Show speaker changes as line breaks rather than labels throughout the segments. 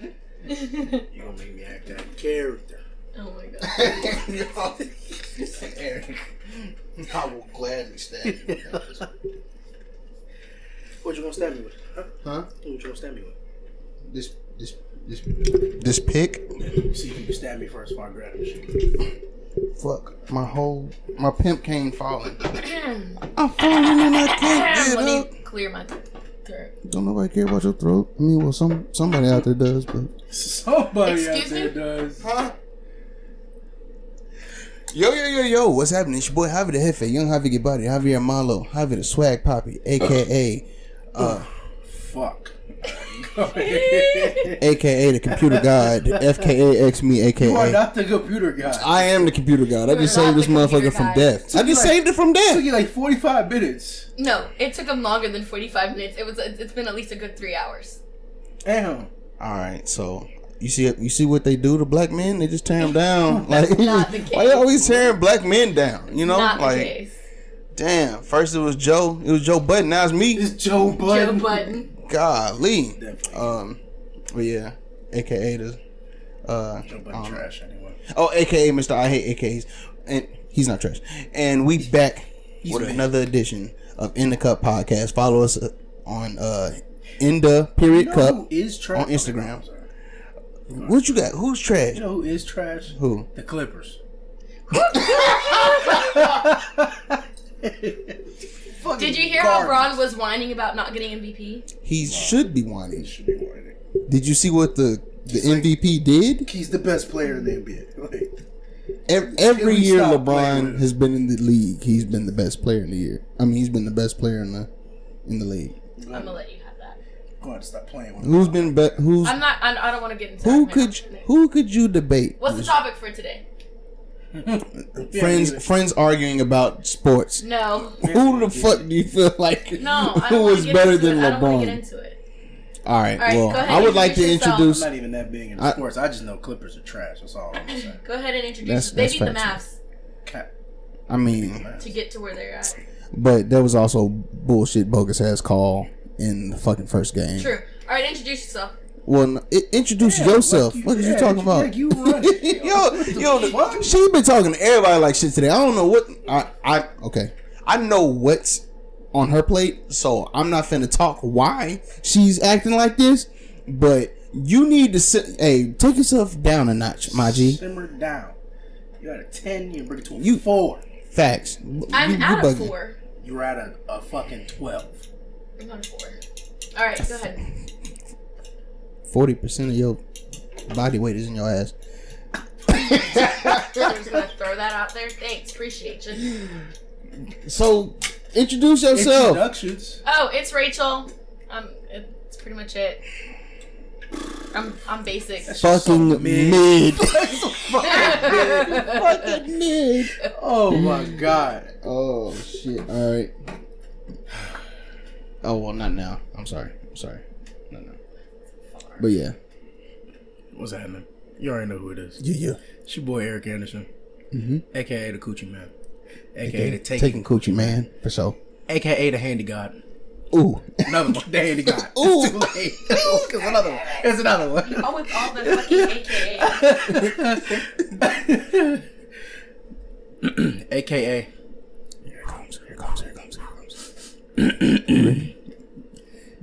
You gonna make me act that character.
Oh my god.
No. Eric, I will gladly stab you.
What you gonna stab me with? Huh?
Huh?
What you gonna stab me with?
This, this, this, this pick.
See if you can stab me first before I grab this shit.
Fuck my whole my pimp cane falling. I'm falling and I can't get
Let
up.
me clear my throat.
Don't nobody care about your throat. I mean, well, some somebody out there does, but
Somebody
Excuse me?
does.
Huh? Yo, yo, yo, yo, what's happening? It's your boy Javi the Hefe, Young Javi Get Body, Javier Malo, Javi the Swag Poppy, aka
Fuck. Go ahead.
aka the computer god, FKA X me,
you are
aka
not the computer guy.
I am the computer god. I just
You are
saved
not
this
the computer
motherfucker from
god.
death. I just
like-
saved it from
It took
death.
you like 45 minutes.
No, it took him longer than 45 minutes. It was it's been at least a good 3 hours.
Damn.
Alright, so you see you see what they do to black men? They just tear them down. Like
not the
why
case.
they always tearing black men down? You know?
Not
like
the case.
damn. First it was Joe. It was Joe Button, now it's me.
It's Joe
Joe
Budden.
Button.
Golly.
Definitely.
Um, but yeah, aka the, uh,
Joe Budden trash anyway.
oh, aka Mr. I Hate AKs, and he's not trash. And we back with
back.
another edition of In the Cup podcast. Follow us uh, on uh, In the Period
You know who
Cup.
is trash?
on Instagram.
I'm sorry.
What you got? Who's trash?
You know who is trash?
Who?
The Clippers.
Did you hear how Ron was whining about not getting MVP?
He should be wanted.
Should be whining.
Did you see what the the MVP did?
He's the best player in the NBA. Like,
Every, every
we
year
stop playing with
LeBron
him?
has been in the league. He's been the best player in the year. I mean, he's been the best player in the in the league.
I'm gonna let you have that.
I'm going to stop playing with him.
Who's been be- who's
I'm not. I, I don't want to get into.
Who
that right
could
now.
who could you debate?
What's the topic for today?
friends friends arguing about sports.
No,
Who the fuck do you feel like
no. I
who
don't wanna
is
get
better
into
than
it. I don't want to get
LeBron?
into it.
All right,
right,
well,
go ahead,
I would like to
introduce yourself.
introduce.
I'm not even that big into
I-
sports. I just know Clippers are trash. That's all I'm saying.
Go ahead and introduce.
That's-
they
that's
beat the Mavs
facts.
Cat.
I mean,
to get to where they're at.
but there was also bullshit bogus ass call in the fucking first game.
True. All right, introduce yourself.
Well, n- i- introduce
Yeah,
yourself.
like you-
what are you
yeah,
talking
you-
about?
like you run it.
yo, yo, the- she been talking to everybody like shit today. I don't know what I, I okay. I know what's on her plate, so I'm not finna talk why she's acting like this. But you need to sit. Hey, take yourself down a notch, my G.
Simmer down. You had a 10, you bring it to a
You-
4.
Facts. You-
I'm
you
out of
bugging.
four.
You're at a, a fucking 12.
I'm on four. All right, go ahead.
Forty percent of your body weight is in your ass.
I'm just gonna throw that out there. Thanks, appreciate you.
So introduce yourself.
Introductions.
Oh, it's Rachel. Um, it's pretty much it. I'm I'm basic.
Fucking mid. Fucking mid.
Oh my god.
Oh shit! All right. Oh well, not now. I'm sorry. I'm sorry. Not now. But yeah,
What's happening? You already know who it is.
yeah, yeah.
It's your boy Eric Anderson, mm-hmm. aka the Coochie Man, aka, the Taking,
taking, coochie, man, for sure.
aka the Handy God.
Ooh,
Another one, the Handy God.
Ooh.
It's too late. It's another one. It's another one.
Oh, with all the fucking AKA.
aka
here it comes! Here it comes! Here it comes! Here it comes!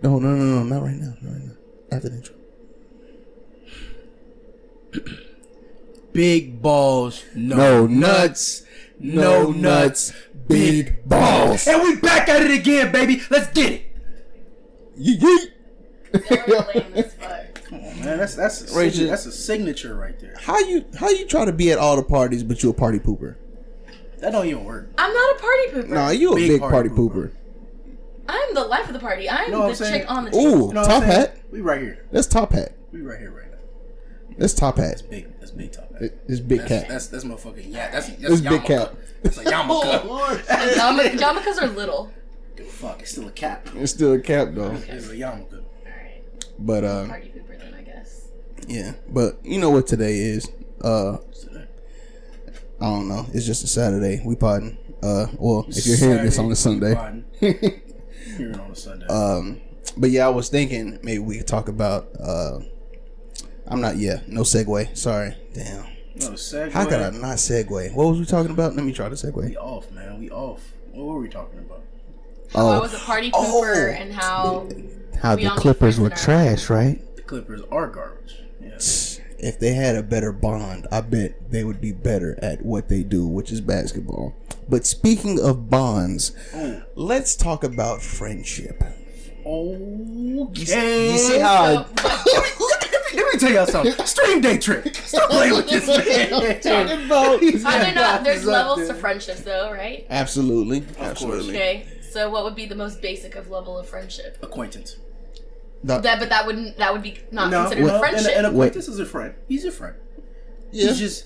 no, no, no, no! Not right now! Not right now! After the intro.
Big Balls No,
No
Nuts.
No nuts, big balls.
And we back at it again, baby. Let's get it.
Yeet.
They were lame as fuck.
Oh, Man, that's that's a
Rachel.
signature, that's a signature right there.
How you how you try to be at all the parties but you a party pooper?
That don't even work.
I'm not a party pooper.
Nah, you a big,
Big
party,
party
pooper.
I'm the life of the party. I'm
Know what
the
I'm saying?
chick on the table.
Ooh,
You know what I'm
top
saying?
hat.
We right here.
That's top hat.
We right here right now.
That's top hat.
Big. That's big top hat.
It's big
That's,
cat.
that's that's motherfucking yeah. That's that's
It's big cap.
It's a yarmulke.
Lord.
Yarmul- Yarmulkes are little.
Fuck, it's still a cap.
It's still a cap though.
It's a yarmulke.
Alright.
But uh
Party pooper then I guess.
yeah. But you know what today is? Uh
It's a-
I don't know. It's just a Saturday. We podding. Uh, well, if you're hearing this on a Sunday.
Hearing on a Sunday.
Um, but yeah, I was thinking maybe we could talk about. Uh, I'm not. Yeah, no segue. Sorry. Damn.
no, segue.
How could I not segue? What was we talking about? Let me try to segue.
We off, man. We off. What were we talking about?
How I
Oh.
was a party
Oh.
pooper and how
How
We the all need Clippers were friends in our-
right?
The Clippers are garbage. Yeah.
If they had a better bond, I bet they would be better at what they do, which is basketball. But speaking of bonds,
Oh.
let's talk about friendship.
Okay.
You see how I-
let, me, let, me, let me tell y'all something. Stream day trick. Stop playing with this man.
Talking about-
He's
I don't know.
got
There's
this up
levels to
there.
friendships, though, right?
Absolutely,
course.
absolutely.
Okay. So, what would be the most basic of level of friendship?
Acquaintance.
That-
That, but that wouldn't. That would be not
No,
considered
well,
a
and-
friendship.
And,
Wait.
acquaintance is a friend. He's a friend.
yeah.
He's just.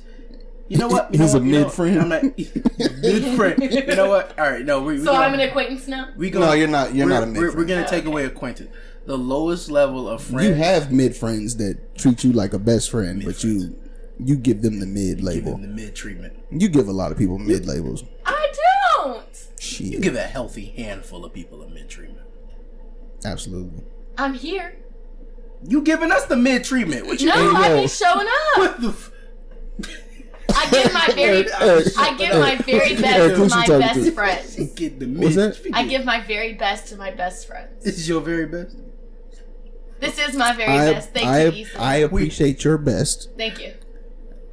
You know what? You
He's
know what?
a
You know what?
mid-friend.
I'm not mid friend. You know what? All right, no, we. we
so
gonna,
I'm an acquaintance now.
We gonna,
No, you're not. You're
we're,
not a
we're-
mid.
We're
friend.
gonna take away acquaintance. The lowest level of friend.
You have mid friends that treat you like a best friend, but you you give them the mid
give
label.
him the mid treatment.
You give a lot of people mid labels.
I don't.
You
Shit,
give a healthy handful of people a mid treatment.
absolutely.
I'm here.
You giving us the mid treatment? What you?
No, I
yo.
be showing up.
What the? F-
I give my very. I give my very best to
who's
my
you talking
best
to?
friends.
get the mid.
What's that?
I give my very best to my best friends.
This is your very best.
This is my very
I,
best. Thank you,
I,
Ethan.
I appreciate your best.
Thank you.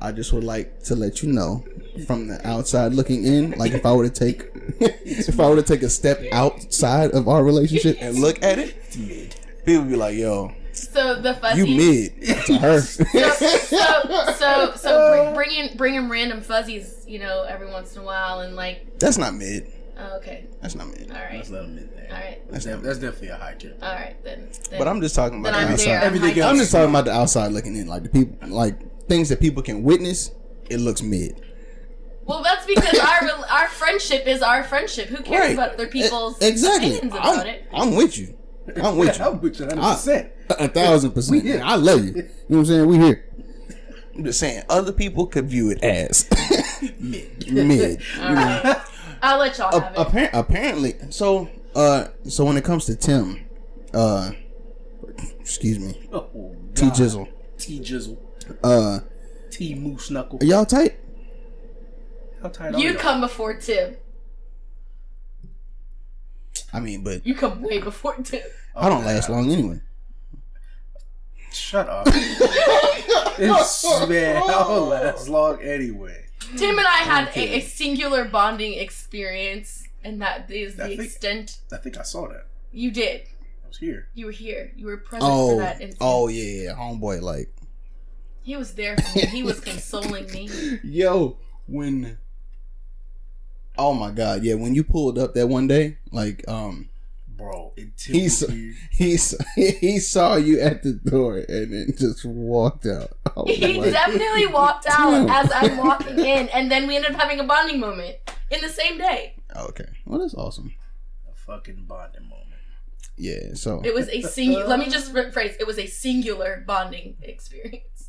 I just would like to let you know from the outside looking in, like if I were to take if I were to take a step outside of our relationship and look at it,
Mid.
people be like, yo,
So the fuzzy.
you mid to her.
so so so br- bring in bring in random fuzzies, you know, every once in a while, and like,
That's not mid.
oh, okay,
That's not mid.
all
Let's
right,
let him in there.
all right,
That's, def- that's definitely a high tip.
all right, then. then
But I'm just talking about
then
the
I'm
outside.
there. I'm
Everything
like,
else.
I'm just talking about the outside looking in, like the people, like things that people can witness. It looks mid.
Well, that's because our rel- our friendship is our friendship. Who cares
Right.
about other people's
E- exactly.
opinions about
I'm,
it?
I'm with you. I'm with you. Ah.
I'm with you 100%.
I- a thousand percent.
here.
I love you. You know what I'm saying? We here. I'm just saying, other people could view it as
Mid.
mid.
All right, I'll let y'all have it.
Appar- apparently, so uh, so when it comes to Tim, uh, excuse me,
Oh,
T
God.
Jizzle,
T Jizzle.
uh,
T Moose Knuckle.
are y'all tight?
How tight are
you come before Tim.
I mean, but
You come way before Tim.
I don't last long anyway.
Shut up. this man, I don't last long anyway.
Tim and I had a, a singular bonding experience, and that is the
I think-
extent
I think I saw that.
you did.
I was here.
You were here. You were present for
Oh,
that incident.
oh yeah, yeah, homeboy, like
He was there for me. He was consoling me.
Yo, when Oh my god, yeah, when you pulled up that one day, like um
Bro, it
He's-
tickled me.
he s- he saw you at the door and then just walked out. I Oh, was
He
like,
definitely walked out
Damn.
as I'm walking in, and then we ended up having a bonding moment in the same day.
oh, Okay. Well, that's awesome.
a fucking bonding moment.
Yeah, so
It was a singular. let me just rephrase. It was a singular bonding experience.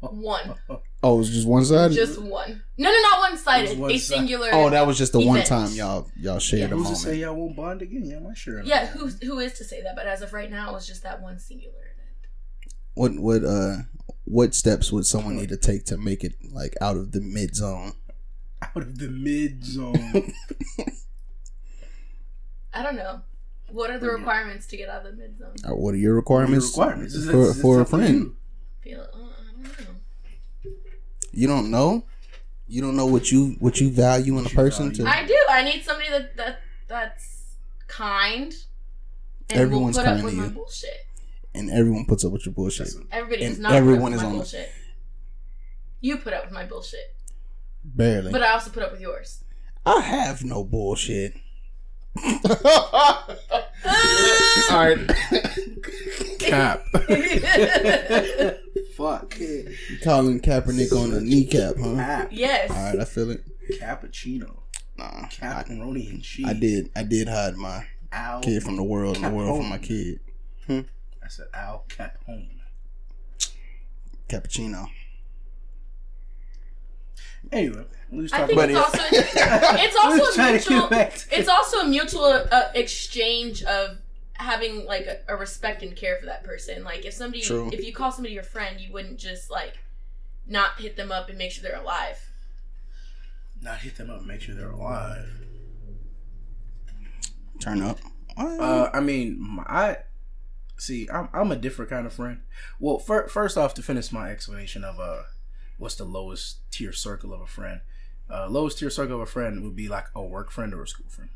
One,
Oh, it was just one side?
just one. No, no, not one-sided.
It was
a
one-sided.
singular.
Oh, that was just the one
Event.
time y'all y'all shared
Yeah.
a
Who's to say
moment.
y'all won't bond again? Yeah, my sure.
yeah. Who who is to say that? But as of right now, it was just that one singular event.
What what uh what steps would someone need to take to make it like out of the mid zone?
Out of the mid zone.
I don't know. What are the
Brilliant.
requirements to get out of the mid zone?
Or Uh, What are your requirements,
requirements. It's-
for,
it's-
for a
it's up to
friend?
you.
Feel. Uh, I don't know.
You don't know. You don't know what you what you value in a
What you
person
value.
to.
I do. I need somebody that that that's kind. And
Everyone's
will put
kind
up with
to
my
you.
bullshit.
and everyone puts up with your bullshit.
Listen,
Everybody is
And
not everyone
everyone
put
is
up with
on
my
it.
bullshit. You put up with my bullshit,
Barely.
but I also put up with yours.
I have no bullshit. All right.
Cap.
yes.
Fuck.
Colin Kaepernick on the kneecap, huh?
Cap.
All right, I feel it.
Cappuccino.
Nah, I,
Caperoni and cheese.
I did. I did hide my
Al.
kid from the world and the world from my kid.
I said Al Capone.
Cappuccino.
Anyway, we was
I
talking
think
about
it's
it.
also it's also a
trying to get
mutual
back to-
it's also a mutual uh, exchange of having like a, a respect and care for that person. Like if somebody
True.
if you call somebody your friend, you wouldn't just like not hit them up and make sure they're alive.
Not hit them up, and make sure they're alive.
Turn up.
Uh, I mean, my, I see. I'm I'm a different kind of friend. Well, fir- first off, to finish my explanation of uh, what's the lowest tier circle of a friend? Uh, lowest tier circle of a friend would be like a work friend or a school friend.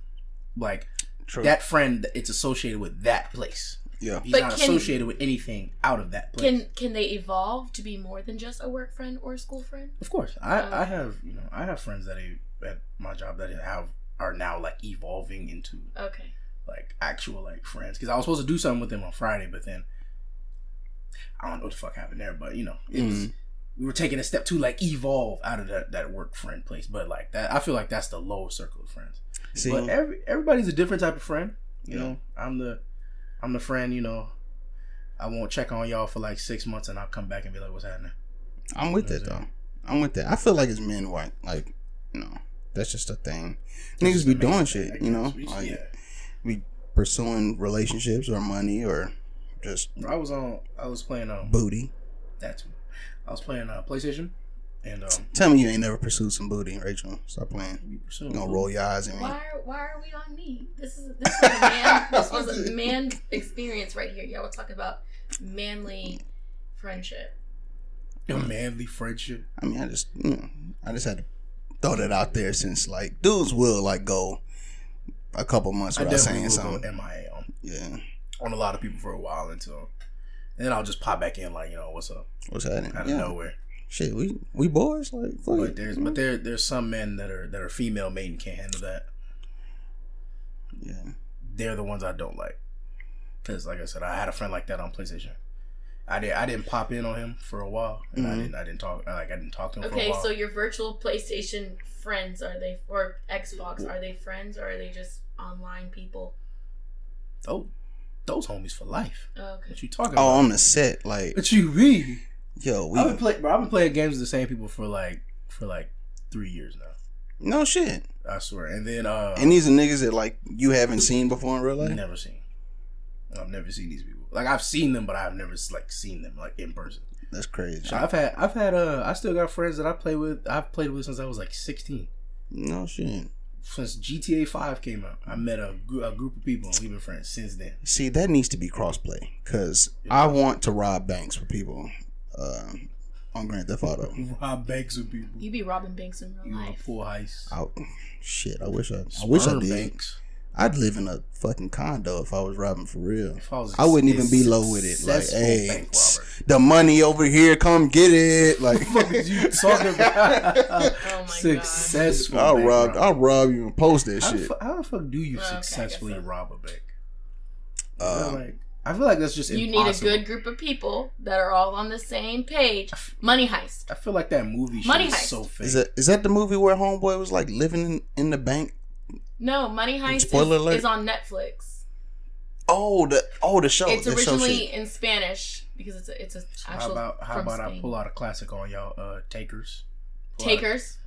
Like
True.
that friend, it's associated with that place.
yeah.
He's
But
not
can-
associated with anything out of that place.
Can can they evolve to be more than just a work friend or a school friend?
Of course, I,
Um,
I have you know I have friends that I, at my job that have are now like evolving into
Okay.
like actual like friends because I was supposed to do something with them on Friday, but then I don't know what the fuck happened there. But you know, it
Mm-hmm.
was, we were taking a step to like evolve out of that, that work friend place. But like that, I feel like that's the lowest circle of friends.
See,
But every everybody's a different type of friend. You
Yeah.
know, I'm the I'm the friend. You know, I won't check on y'all for like six months, and I'll come back and be like, "What's happening?"
I'm with that though. I'm with that. I feel like it's men white. Like, you know, that's just a thing. Niggas be doing shit, you know, like
yeah.
pursuing relationships or money or just
I was on. I was playing um.
booty.
That's. I was playing uh, PlayStation, and um.
Tell me you ain't never pursued some booty, Rachel. Stop playing.
we pursuing-
You gonna roll your eyes at me.
Why are, why are we on me? This is this is a man this was a man experience right here. Y'all were talking about manly friendship.
a manly friendship.
I mean, I just, you know, I just had to throw that out there since like dudes will like go a couple months
I
without
definitely
saying
will go
something.
MIA on,
Yeah,
on a lot of people for a while until, and then I'll just pop back in like you know what's up
what's happening?
out of
Yeah,
nowhere.
shit, we we boys like. fuck
But
it.
there's but there there's some men that are that are female made and can't handle that.
yeah.
They're the ones I don't like, because like I said, I had a friend like that on PlayStation. I did I didn't pop in on him for a while, and I
Mhm.
didn't I didn't talk uh, like I didn't talk to him for a
Okay,
while.
so your virtual PlayStation friends are they or Xbox are they friends or are they just online people?
oh, those homies for life.
Okay.
What you talking
Oh,
about?
on the set, like
What you mean?
yo, we
I've been playing, bro. I've been playing games with the same people for like for like three years now.
no shit.
I swear. And then uh,
And these are niggas that like you haven't seen before in real life.
never seen. I've never seen these people. Like I've seen them, but I've never like seen them like in person.
That's crazy.
I've had I've had uh I still got friends that I play with. I've played with since I was like 16.
No shit.
Since GTA 5 came out, I met a, gr- a group of people and we've been friends since then.
See, that needs to be crossplay because I want to rob banks with people uh, on Grand Theft Auto.
Rob banks with people.
You be robbing banks in real
You want a
life.
full heist?
I, shit, I wish I, I wish I
Sperm
did.
banks.
I'd live in a fucking condo if I was robbing for real.
If I, was
I wouldn't even be low with it. Like,
successful
hey,
bank robber.
the money over here, come get it. Like,
What the fuck is you talking about?
Oh my god.
successful.
I'll
bank
rob,
robber.
I'll rob you and post that
How the,
shit.
fu- how the fuck do you
Well, okay, I guess
successfully
so.
rob a bank? I feel
Uh,
like, I feel like that's just
You need a
impossible.
good group of people that are all on the same page. Money heist.
I feel like that movie shit
Money
is
Heist.
so fake.
is that is that the movie where Homeboy was like living in, in the bank?
No, Money Heist
Spoiler
is,
alert.
is on Netflix.
Oh, the oh the show.
it's
the show
originally
shit.
in Spanish because it's a, it's a
how
actual
about how
from
about I
Spain.
pull out a classic on y'all uh, takers? Pull out a-
Takers.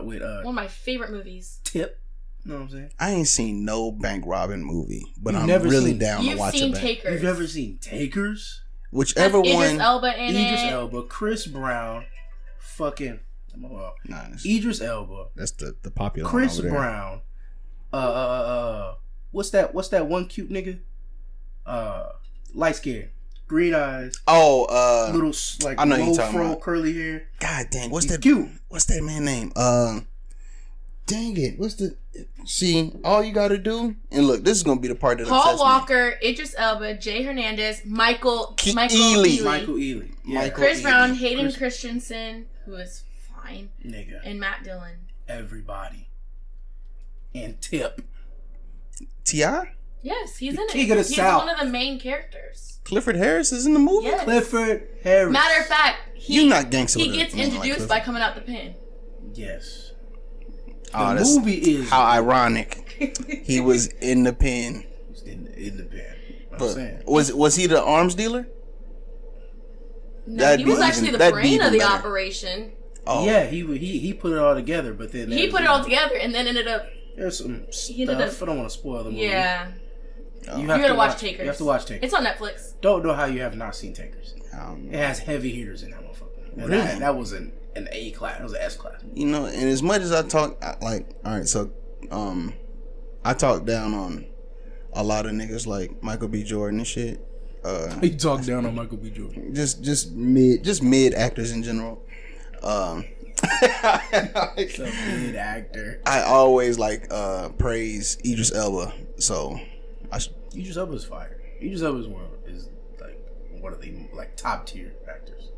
With, uh, with uh,
one of my favorite movies.
tip. You know what I'm saying?
I ain't seen no bank robbing movie, but
You've
I'm
never
really
seen-
down to
You've
watch
seen
it. Bank.
Takers.
You've ever seen Takers?
Whichever
Has Idris
one.
Elba in
Idris
it.
Elba, Chris Brown, fucking well,
Nah, that's-
Idris Elba,
that's the the popular one
Chris
over there.
Brown. Uh, uh, uh, uh, what's that? What's that one cute nigga? Uh, light skin, green eyes,
Oh, uh,
little s- like
I know who
low
you're talking
fro,
about.
curly hair.
god dang, what's
He's
that?
cute.
What's that man name? Uh, dang it, what's the? See, all you gotta do, and look, this is gonna be the part that
Paul
upsets me.
Walker, Idris Elba, Jay Hernandez, Michael
Ke-
Michael
Ealy.
Ealy,
Michael Ealy, yeah,
Michael-
Chris
Ealy.
Brown, Hayden
Chris-
Christensen, who is fine,
nigga,
and Matt Dillon.
everybody, and Tip.
Ti
Yes, he's
The
in it.
King of the
he's
South.
one of the main characters.
Clifford Harris is in the movie.
Yes.
Clifford Harris.
Matter of fact, he,
you not gangster.
he
with a
gets
man like
introduced
Clifford.
by coming out the pen.
Yes. The
Oh, that's
movie is
how ironic. he was in the pen.
in, in the pen. I'm saying.
But was was he the arms dealer?
No,
That'd
he
be
was
even-
actually the
that'd be
brain
even
of the
better.
operation.
Oh,
Yeah, he wa- he he put it all together, but then
He
there's,
put it
you
all
know,
together and then ended up.
There's some
He ended
stuff. I don't want to spoil the movie.
Yeah,
Oh.
you
You
have
gotta
to
watch
watch, You have
Takers.
to watch Takers.
it's on Netflix.
don't know how you have not seen Takers.
um,
It has heavy hitters in that motherfucker. And
Really?
that, that was an an A class. It was an S class.
you know, and as much as I talk, I, like, all right, so, um, I talk down on a lot of niggas like Michael B. Jordan and shit. Uh,
He talked down on Michael B. Jordan.
just, just mid, just mid actors in general. Um,
He's a good actor.
I always like uh praise Idris Elba. So I sh-
Idris Elba's fire. Idris Elba's one is like one of the like top tier actors.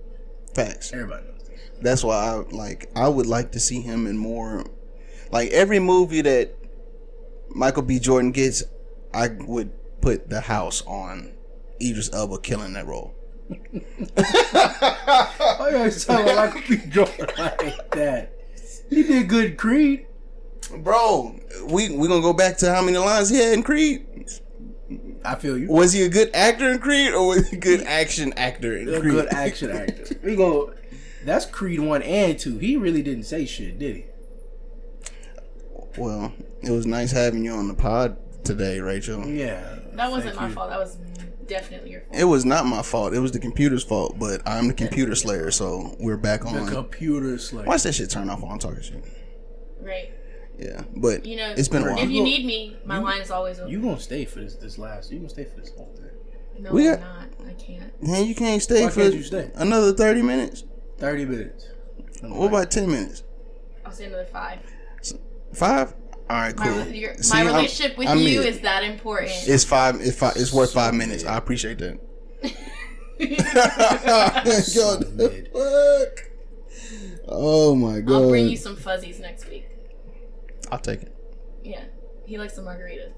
facts.
Everybody knows this.
That's why I like I would like to see him in more like every movie that Michael B. Jordan gets, I would put the house on Idris Elba killing that role.
Oh yeah, he's talking about Michael B. Jordan like that. He did good Creed.
Bro, we we gonna go back to how many lines he had in Creed.
I feel you.
Was he a good actor in Creed or was he a good action actor in
A
Creed?
good action actor. We go. That's Creed one and two. He really didn't say shit, did he?
Well, it was nice having you on the pod today, Rachel.
Yeah.
That wasn't
Thank
my
you.
fault. That was definitely your fault.
It was not my fault. It was the computer's fault, but I'm the computer slayer, so we're back
The
on.
computer slave.
Watch that shit turn off while I'm talking shit.
Right.
Yeah, but
You know,
it's been a
if
If
while.
you
You-
need me, my line is always open.
You gonna stay for this this last? You gonna stay for this whole thing?
no,
we
I'm
got-
not. I can't.
Man, you can't stay
Why
for
can't you stay?
another 30 minutes?
Thirty minutes.
What about 10 minutes?
I'll say another five.
Five? All right,
My,
cool.
re- your,
See,
my
I'm-
relationship with
I'm
you
mid.
is that important.
It's five. It's five. It's worth
So
five minutes.
mid.
I appreciate that.
So
Yo,
mid.
the fuck? Oh my god!
I'll bring you some fuzzies next week.
I'll take it.
Yeah. He likes the margaritas.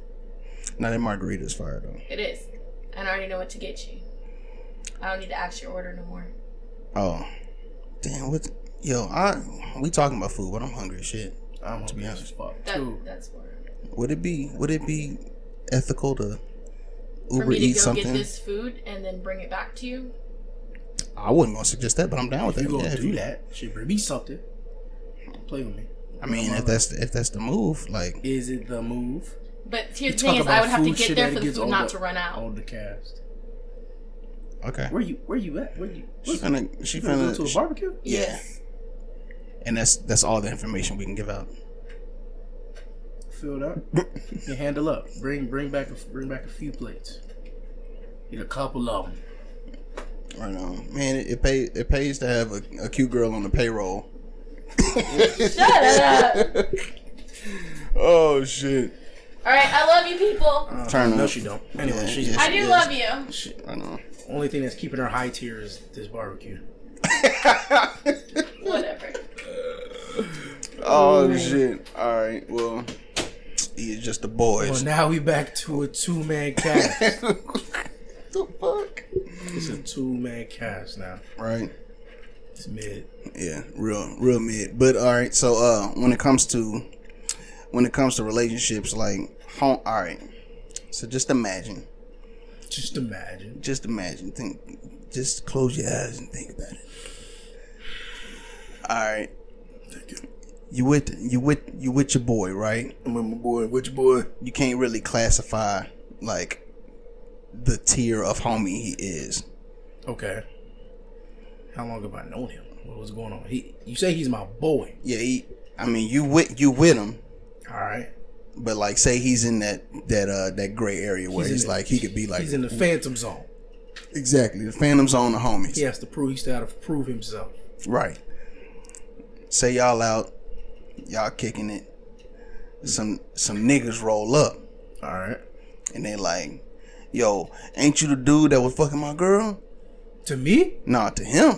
Now that margarita's fire though.
It is. And I already know what to get you. I don't need to ask your order no more.
Oh, damn! What? Yo, I we talking about food, but I'm hungry as shit.
I'm
To
to
be
be honest as fuck
That,
too.
that's for
Would it be would it be ethical to
for
Uber
me to
eat
go
something?
get this food and then bring it back to you.
I wasn't gonna suggest that, but I'm down with
If you
that.
gonna
Yeah, if
do
you-
that, should bring me something. Play with me.
I mean,
Come
if
on.
that's if that's the move, like
is it the move?
But here's the
Talk
thing is,
about
I would have to
food shit
get there
that
for the
gets
food
on
not
the-
to run out.
On the cast.
okay,
Where you where you at? Where you?
she finna she
You gonna go to
finna,
a barbecue?
yeah.
Yes.
and that's that's all the information we can give out.
Filled up. and handle up. Bring bring back a, bring back a few plates. Get a couple of them.
Right now, man, it, it pay it pays to have a, a cute girl on the payroll.
Shut up.
Oh shit!
All right, I love you people.
Turn
No,
up.
she don't. Anyway,
Yeah,
she's
yeah,
I do
Yes.
love you.
she,
Right now.
only thing that's keeping her high tier is this barbecue.
Whatever.
Oh shit! All right, well, he's just the
Well,
boys.
now we back to a two man cast.
the fuck?
it's a two man cast now.
Right.
It's mid.
Yeah, real real mid. But all right, so uh when it comes to when it comes to relationships like home all right. So just imagine.
Just imagine.
Just imagine. Think just close your eyes and think about it. All right. You with you with you with your boy, right?
I'm with my boy. Which boy?
You can't really classify like the tier of homie he is.
Okay. How long have I known him? What was going on? He, you say he's my boy.
Yeah, he I mean you with you with him,
All right.
but like say he's in that that uh that gray area where
He's
he's,
in the-
like he could be like
He's in the phantom zone.
Exactly. The Phantom's on the homies.
He has to prove. He's got to prove himself.
Right. Say y'all out, y'all kicking it. Some some niggas roll up
All right.
and they like, yo, ain't you the dude that was fucking my girl?
To me,
Nah, to him.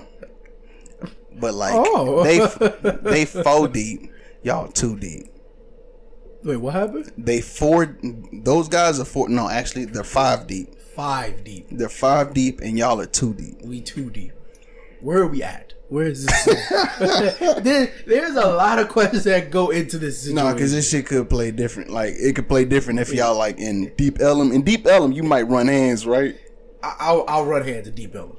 But like
Oh.
they they four deep. Y'all two deep.
wait, what happened?
They four those guys are four no, actually they're five deep.
Five deep.
They're five deep and y'all are two deep.
We two deep. Where are we at? Where is this? there, there's a lot of questions that go into this situation.
No, because this shit could play different. Like it could play different if y'all like in Deep Ellum. In Deep Ellum, you might run hands, right?
I, I'll, I'll run hands to deep Ellum.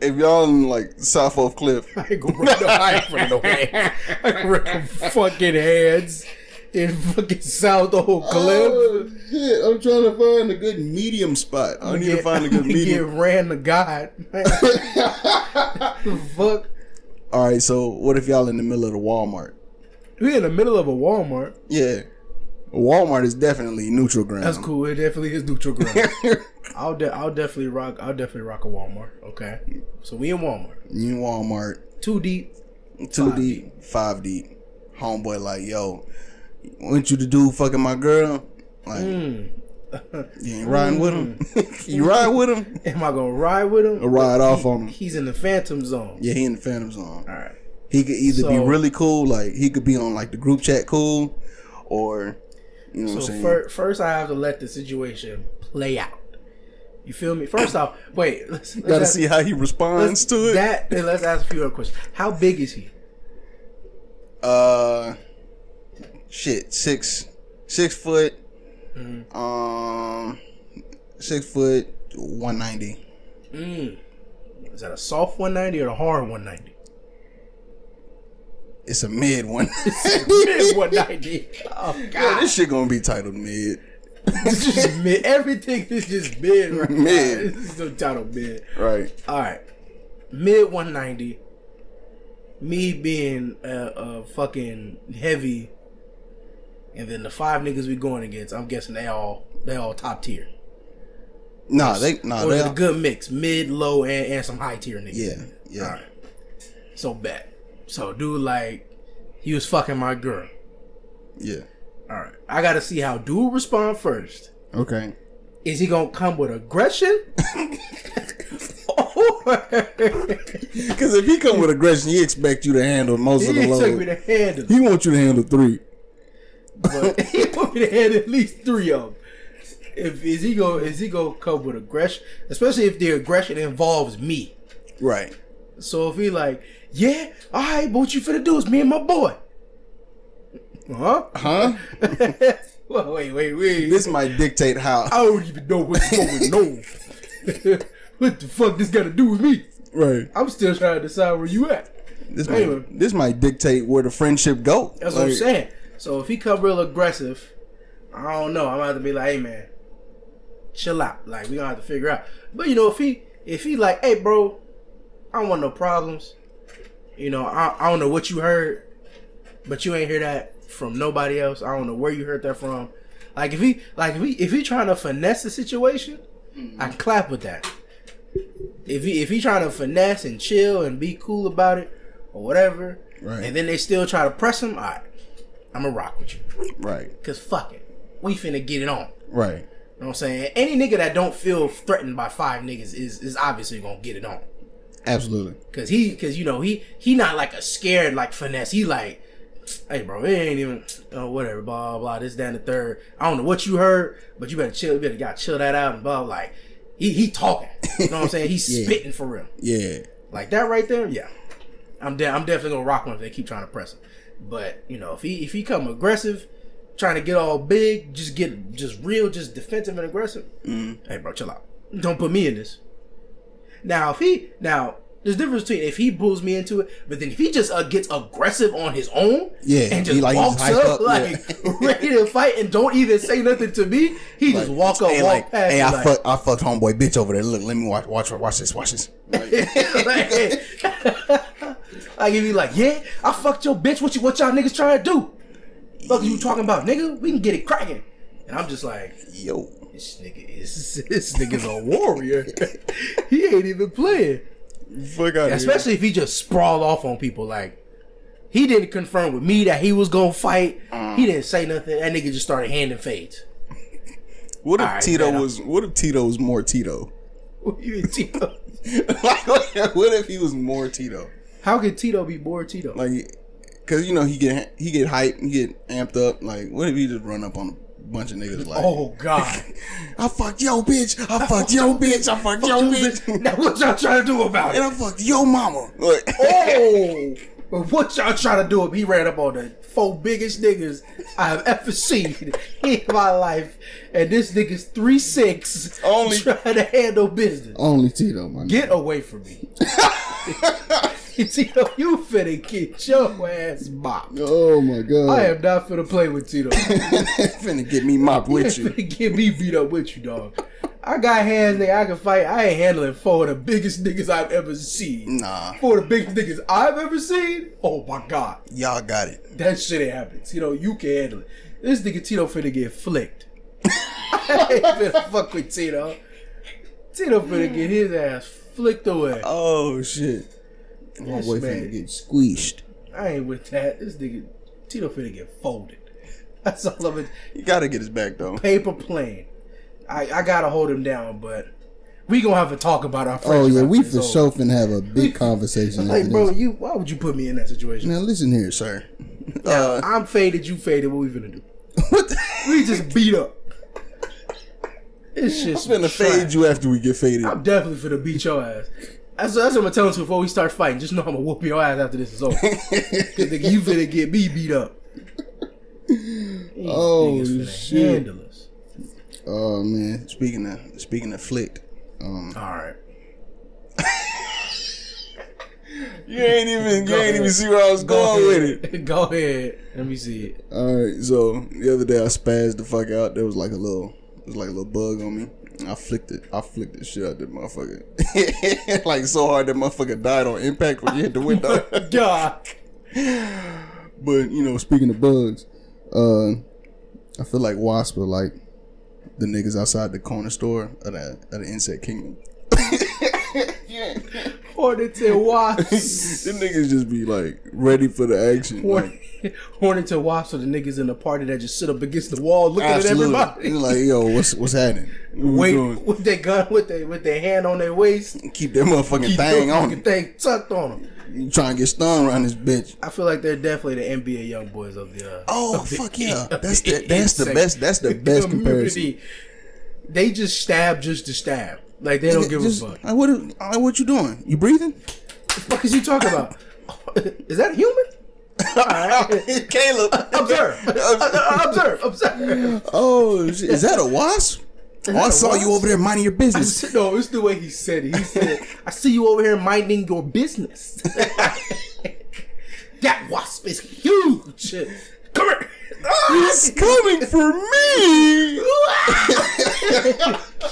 if y'all in like South Oak Cliff,
I ain't gonna run no, I ain't running no hands. I ain't running fucking hands in fucking South Oak Cliff.
Oh, shit, I'm trying to find a good medium spot.
I need to find a good medium.
Get ran to God. man. Fuck.
All right, so what if y'all in the middle of the Walmart?
We in the middle of a Walmart.
Yeah, Walmart is definitely neutral ground.
That's cool. It definitely is neutral ground. I'll de- I'll definitely rock. I'll definitely rock a Walmart. Okay. So we in Walmart.
you in Walmart,
Too deep.
two
Five
deep, five deep. Homeboy, like, yo, want you to do fucking my girl? Like,
Mm.
you ain't riding with him. you ride with him?
Am I gonna ride with him?
Or ride off on him?
He's in the Phantom Zone.
Yeah, he in the Phantom Zone.
All right.
He could either be
So-
really cool, like he could be on like the group chat cool, or you know what I'm
So
saying.
fir- first, I have to let the situation play out. You feel me? First off, wait. Let's, let's
Gotta
ask-
see how he
let's-
responds to it.
That and let's ask a few other questions. How big is he?
uh, shit, six, six foot, Mm-hmm. um, six foot, one ninety.
Mm. Is that a soft 190 or a hard 190?
It's a mid one.
Mid 190. Oh
Yeah,
god.
this shit gonna be titled mid.
This is just mid. Everything is just mid right now.
Mid.
This is the title mid.
Right.
All right. Mid 190. Me being a, a fucking heavy and then the five niggas we going against, I'm guessing they all they all top tier.
Nah, they nah
Or
they
is it Oh, a
all,
good mix, mid, low, and, and some high tier niggas.
yeah yeah.
All right. So bad. So dude, like, he was fucking my girl.
Yeah.
All right. I gotta see how dude respond first.
Okay.
Is he gonna come with aggression? or
Because if he come with aggression, he expect you to handle most of the
he took me
load.
to handle.
He want you to handle three.
But he took me to handle at least three of them. If is he go is he gonna come with aggression? Especially if the aggression involves me.
Right.
So if he like, yeah, all right, but what you finna do is me and my boy. Huh?
Huh?
well, wait, wait, wait.
This might dictate how.
I don't even know what's going on. what the fuck this got to do with me?
Right.
I'm still trying to decide where you at.
This
Anyway.
might this might dictate where the friendship go.
That's what I'm
Like,
saying. So if he come real aggressive, I don't know. I'm about to be like, hey man, chill out. Like we gonna have to figure out. But you know, if he if he like, hey bro, I don't want no problems. You know, I, I don't know what you heard, but you ain't hear that from nobody else. I don't know where you heard that from. Like if he like if he if he trying to finesse the situation, I can clap with that. If he if he trying to finesse and chill and be cool about it or whatever,
Right.
and then they still try to press him, all right, I'm gonna rock with you.
Right.
Cause fuck it. We finna get it on.
Right.
You know what I'm saying? Any nigga that don't feel threatened by five niggas is is obviously gonna get it on.
Absolutely.
Cause he cause you know, he he not like a scared like finesse. He like, hey bro, it ain't even oh whatever, blah blah, this, that, and the third. I don't know what you heard, but you better chill, you better gotta chill that out and blah like he he talking. You know what I'm saying? He's spitting for real.
Yeah.
Like that right there, yeah. I'm de- I'm definitely gonna rock one if they keep trying to press him. But you know, if he if he come aggressive, trying to get all big, just get just real, just defensive and aggressive.
Mm-hmm.
Hey, bro, chill out. Don't put me in this. Now, if he now there's difference between if he pulls me into it, but then if he just uh, gets aggressive on his own,
Yeah,
and
he
just
like he's
walks
hyped
up,
up,
like ready to fight and don't even say nothing to me, he just walk up,
Hey,
walk
like,
past,
hey,
me,
I
like,
fuck, I fucked homeboy bitch over there. Look, let me watch, watch, watch this, watch this.
I give you like, yeah, I fucked your bitch. What you, what y'all niggas trying to do? Fuck you talking about, nigga? We can get it cracking. And I'm just like,
Yo,
this nigga is this nigga's a warrior. he ain't even playing.
fuck out
Especially if he just sprawl off on people. Like he didn't confirm with me that he was gonna fight.
Mm.
He didn't say nothing. That nigga just started handing fades.
What if
All right,
Tito
man, I'm-
was? What if Tito was more Tito?
What you mean, Tito?
like, what if he was more Tito?
How could Tito be more Tito?
Like, cause you know he get he get hyped, he get amped up. Like, what if he just run up on a bunch of niggas? Like,
oh God.
I fucked yo bitch, I fucked yo bitch, I fucked yo bitch,
now what y'all trying to do about
and
it?
I fucked yo mama. Like,
Oh, But what y'all trying to do? He ran up on the four biggest niggas I've ever seen in my life, and this nigga's three six
Only-
trying to handle business.
Only Tito, my nigga.
Get away from me. Tito, you finna get your ass mopped.
Oh my god.
I am not finna play with Tito.
finna get me mopped with you.
Get me beat up with you, dog. I got hands, nigga. I can fight. I ain't handling four of the biggest niggas I've ever seen.
Nah,
Four of the biggest niggas I've ever seen. Oh my god,
y'all got it.
that shit ain't happening. Tito, you can handle it. This nigga Tito finna get flicked. I ain't finna fuck with Tito. Tito finna get his ass flicked away.
Oh shit.
my
Yes,
boy
man.
finna get squeezed.
I ain't with that. This nigga Tito finna get folded. That's all of it.
You gotta get his back though.
Paper plane. I, I gotta hold him down, but we gonna have to talk about our
Oh
friendship.
yeah, we
after
for
this
sure
over.
finna have a big conversation after
Like, bro,
this.
you why would you put me in that situation?
Now listen here, sir.
Sir. Uh,
I'm faded, you faded. What we finna do?
What the
We just beat up. It's just
finna fade you after we get faded.
I'm definitely finna beat your ass. That's, that's what I'm gonna tell him to before we start fighting. Just know I'm gonna whoop your ass after this is over. Cause nigga, you finna get me beat up. These
Oh,
niggas finna
shit.
handle us.
Oh man.
Speaking of speaking of flicked, um,
All right.
you ain't even you
Go
ain't even
ahead.
see where I was going with it.
Go ahead. Let me see it.
All right, so the other day I spazzed the fuck out. There was like a little, it was like a little bug on me. I flicked it. I flicked the shit out that motherfucker, like so hard that motherfucker died on impact when you hit the window.
God.
but you know,
Speaking of bugs, uh I feel like wasps are like
the niggas outside the corner store of the, of the insect kingdom,
Hornets and wasps.
them niggas just be like ready for the action. Like,
Horn- Hornets and wasps are the niggas in the party that just sit up against the wall looking
absolutely.
at everybody.
They're like, yo, what's what's happening? What we
Wait
doing?
with their gun, with their with their hand on their waist,
Keep that motherfucking
keep
thing
their
on
fucking
it.
thing tucked on them.
You trying to get stung around this bitch?
I feel like they're definitely the NBA young boys of the. Uh,
Oh
of the-
fuck yeah!
of
That's the that's the
insect
best that's the best comparison.
community. They just stab just to stab. Like they don't give
Just-
a fuck.
Like, what, like, what you doing? You breathing?
The fuck is you talking about? is that a human? All right.
Caleb.
Observe. observe. Observe.
oh, shit. is that a wasp? Oh, I
a
saw you
wasp?
over there minding your business.
No, it's the way he said it. He said, I see you over here minding your business. that wasp is huge. Come here.
He's coming for me.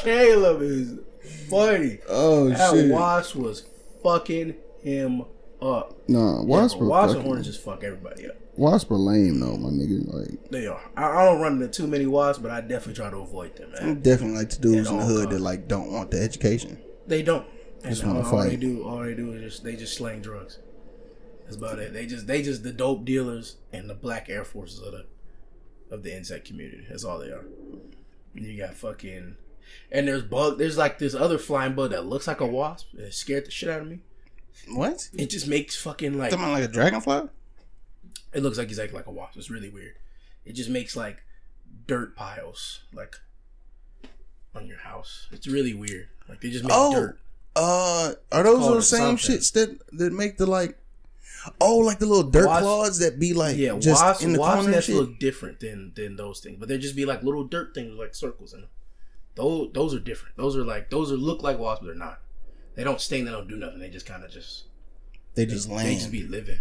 Caleb is funny.
Oh
That
shit.
wasp was fucking him up.
nah, wasps
But
are
wasps and
fucking-
hornets just fuck everybody up.
wasps are lame though, my nigga. Like
They are. I, I don't run into too many wasps, but I definitely try to avoid them. Man.
Mm.
Definitely like the dudes
At
in the
all
hood
costs.
that like don't want the education.
They don't. And
Just
all,
wanna
all they
fight.
do, all they do is just they just slang drugs. That's about it. They just they just the dope dealers and the black air forces of the of the insect community. That's all they are. And You got fucking and there's bug. There's like this other flying bug that looks like a wasp. It scared the shit out of me.
What?
It just makes fucking like
Something like a dragonfly?
it looks like he's acting like a wasp. It's really weird. It just makes like dirt piles like on your house. It's really weird. Like they just make
Oh,
dirt.
Uh, are those
Call it
the same
something.
shits that that make the like? Oh, like the little dirt
Wasp-
claws that be like
Yeah,
just
wasps,
in the
wasps
corner and
nests
shit.
look different than than those things, but they just be like little dirt things with like circles in them. Those those are different. Those are like those are look like wasps, but they're not. They don't sting. They don't do nothing. They just kind of just
they just land.
they just be living.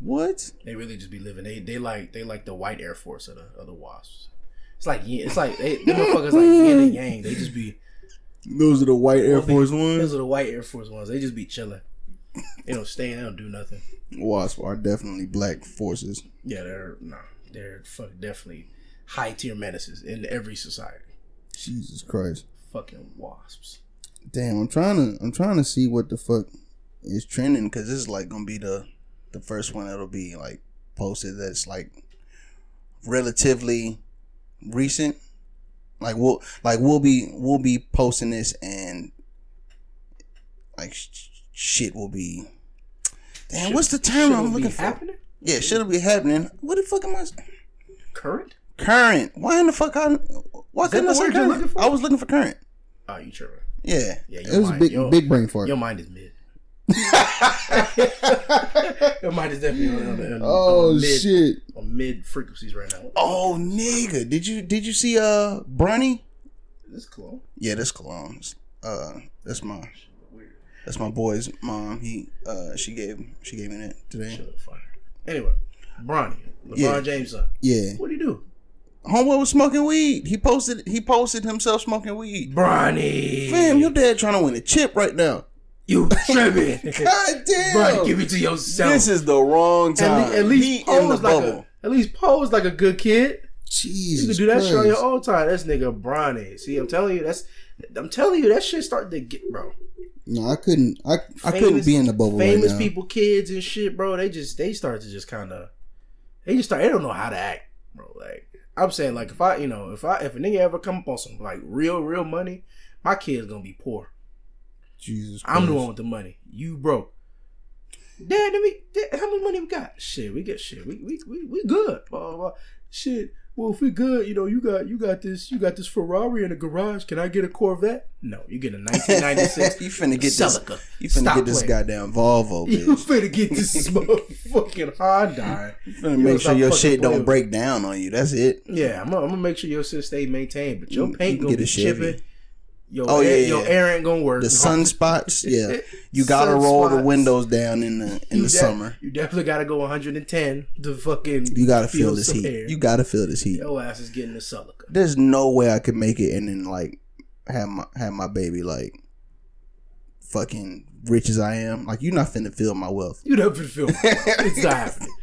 what?
They really just be living. They they like they like the white Air Force of the of the wasps. It's like yeah, it's like they, them motherfuckers like yin and yang. They just be
Those are the white Air
Well, they-
Force ones.
those are the white Air Force ones. They just be chilling. They don't sting. They don't do nothing.
Wasp are definitely black forces.
Yeah, they're nah. They're fuck definitely high tier menaces in every society.
Jesus Christ.
Fucking wasps.
Damn, I'm trying to I'm trying to see what the fuck is trending because this is like gonna be the the first one that'll be like posted that's like relatively recent. Like we'll like we'll be we'll be posting this and like sh- shit will be. Damn, what's the term
Shit
I'm
will
looking
be
for?
Happening?
Yeah, shit'll be happening. What the fuck am I?
Current?
Current? Why in the fuck I? Why
Is that
couldn't I
the
say
word you're
current?
looking for?
I was looking for current.
Oh, you tripping?
Yeah.
Yeah,
It was a big
your,
big brain fart.
Your mind is mid. Your mind is definitely on, on, on,
oh
on mid,
shit!
on mid frequencies right now.
oh nigga, did you did you see uh Bronny?
This clone.
Yeah, that's Cologne's. Uh, that's my
Weird.
that's my boy's mom. He uh she gave she gave me that today.
Shut up, fire. Anyway, Bronny, LeBron
Yeah.
James son.
Yeah,
What do you do?
homeboy was smoking weed. He posted he posted himself smoking weed.
Bronny.
Fam, your dad trying to win a chip right now.
you tripping.
God damn!
Bronny, give it to yourself.
This is the wrong time.
at, le- at least
he in the
pose like
bubble.
a, at least pose like a good kid. You
Jesus,
can do that shit on your
Christ.
own time. That's nigga Bronny. See, I'm telling you, that's I'm telling you, that shit starting to get bro.
No, I couldn't. I I couldn't
Famous-
be in the bubble right
Famous
now.
people, kids and shit, bro. They just they start to just kind of they just start. They don't know how to act, bro. Like I'm saying, like if I you know if I if a nigga ever come up on some like real real money, my kid's gonna be poor.
Jesus,
I'm the
Christ.
one with the money. You broke. Dad, let me. Dad, how much money we got? Shit, we get shit. We we we, we good. Blah, blah, blah. Shit. Well, if we good, you know, you got you got this you got this Ferrari in the garage. Can I get a Corvette? No, you get a 1996
you finna get this.
Celica.
You finna
Stop
get this
playing.
goddamn Volvo,
You
bitch.
finna get this motherfucking Honda.
You finna
You
make sure
stop
your
fucking
shit
playing.
don't break down on you. That's it.
Yeah, I'm gonna, I'm gonna make sure your shit stay maintained, but your
You-
paint
you
gonna
get
be
a Chevy.
chipping. Your
Oh,
air,
yeah,
your
yeah.
air ain't gonna work.
The sunspots, yeah. You gotta roll the
Sunspots.
windows down in the in
You de-
the summer.
You definitely gotta go 110 to fucking.
You gotta feel this
some
heat.
air.
You gotta feel this heat.
Your ass is getting the Celica.
There's no way I could make it and then like have my have my baby like fucking rich as I am. Like you're not finna feel my wealth.
You don't feel it. It's not happening.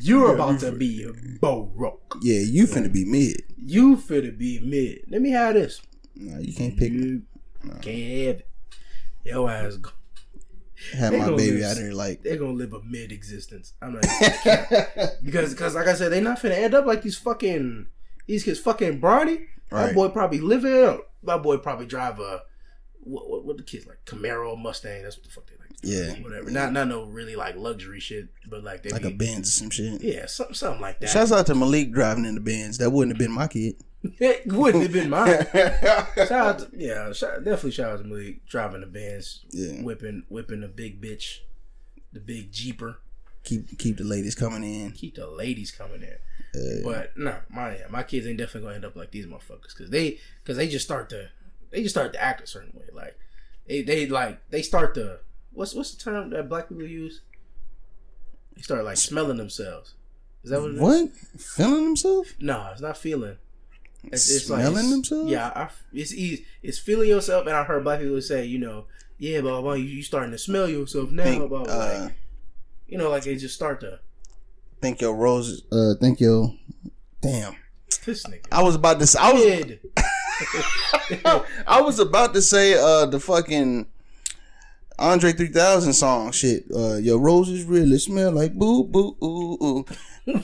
You're about to be broke.
Yeah, you finna be mid.
You finna be mid. Let me have this.
Nah, you can't pick
You can't have it. Your ass, go-
have
They
my
gonna
baby
lose.
out here like
they're gonna live a mid existence. I'm not even gonna cap. because, because like I said, they're not finna end up like these fucking these kids. Fucking Bronny,
Right.
that boy probably live it up. My boy probably drive a what, what, what the kids like Camaro, Mustang. That's what the fuck they like.
yeah,
whatever. Not not no really like luxury shit, but like they
like a
be,
Benz or some shit.
yeah, something something like that.
Shouts out to Malik driving in the Benz. That wouldn't have been my kid.
it wouldn't have been mine. shout out to, yeah, shout, definitely shout out to Malik driving the Benz,
Yeah.
whipping whipping the big bitch, the big jeeper.
Keep keep the ladies coming in.
Keep the ladies coming in.
Uh,
But no, my my kids ain't definitely gonna end up like these motherfuckers because they because they just start to they just start to act a certain way. Like they they like they start to what's what's the term that black people use? They start like smelling themselves. Is that what? It is?
what? Feeling himself?
No, it's not feeling. It's, it's like
Smelling
it's-
themselves?
Yeah, I, it's easy. It's feeling yourself, and I heard black people say, you know, yeah, blah blah. blah you, you starting to smell yourself now,
Think,
blah blah.
uh,
like, you know, like they just start to
think your roses.
Uh, thank you.
Damn.
this nigga.
I was about to. Say, I was.
Kid.
I was about to say uh the fucking Andre 3000 song shit. Uh your roses really smell like boo boo ooh ooh.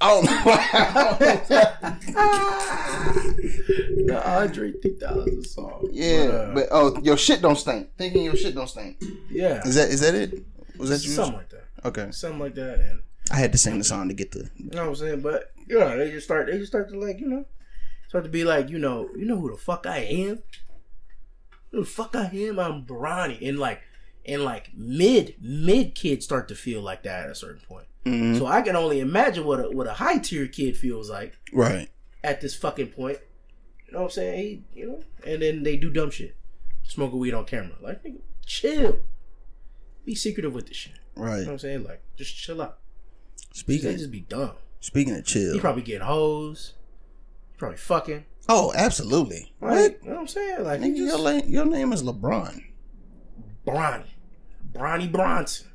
I don't know why.
the Andre 3000 song.
yeah,
uh,
but oh, your shit don't stink. Thinking your shit don't stink.
yeah,
Is that is that it? Was that
something
you?
like that,
Okay.
something like that, and
I had to sing the song to get the
you know what I'm saying. But you know, they just start, they just start to like, you know, start to be like, you know, you know who the fuck I am. Who the fuck I am? I'm Bronny, and like, and like mid mid kids start to feel like that at a certain point.
Mhm.
So I can only imagine what a what a high tier kid feels like
right.
at this fucking point. You know what I'm saying? He, you know, and then they do dumb shit, smoking weed on camera. Like, nigga, chill. Be secretive with this shit. You know what
Right.
I'm saying? Like, just chill out. They
Speaking
just be dumb.
speaking of
He
chill.
probably getting hoes. He probably fucking.
Oh, absolutely. What?
Like, you know what I'm saying? Like, he
Nigga, your,
just
la- your name is LeBron.
Bronny, Bronny Bronson,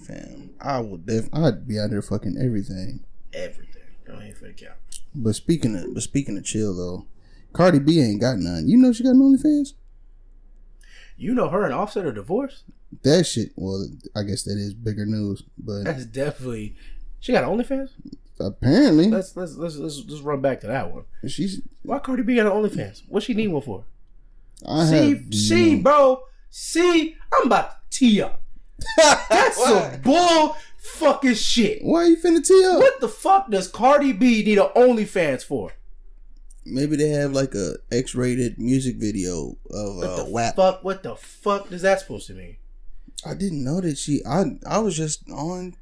Fam, I will def-
I'd be out there fucking everything.
everything. Go ahead for the count.
But speaking of but speaking of chill though,
Cardi B ain't got none. You know she got an OnlyFans.
You know her and Offset are divorced.
That shit. Well, I guess that is bigger news, but
That's definitely. She got an OnlyFans.
Mm.
apparently
Let's let's let's let's just run back to that one.
she's.
Why Cardi B got an OnlyFans? What she need one for?
I
see,
have
see,
no-
bro, see, I'm about to tee up. That's some bull fucking shit.
Why you finna tee up?
What the fuck does Cardi B need an OnlyFans for?
maybe they have like a X rated music video of
What
uh,
the
WAP.
fuck? What the fuck does that supposed to mean?
I didn't know that she. I I was just on.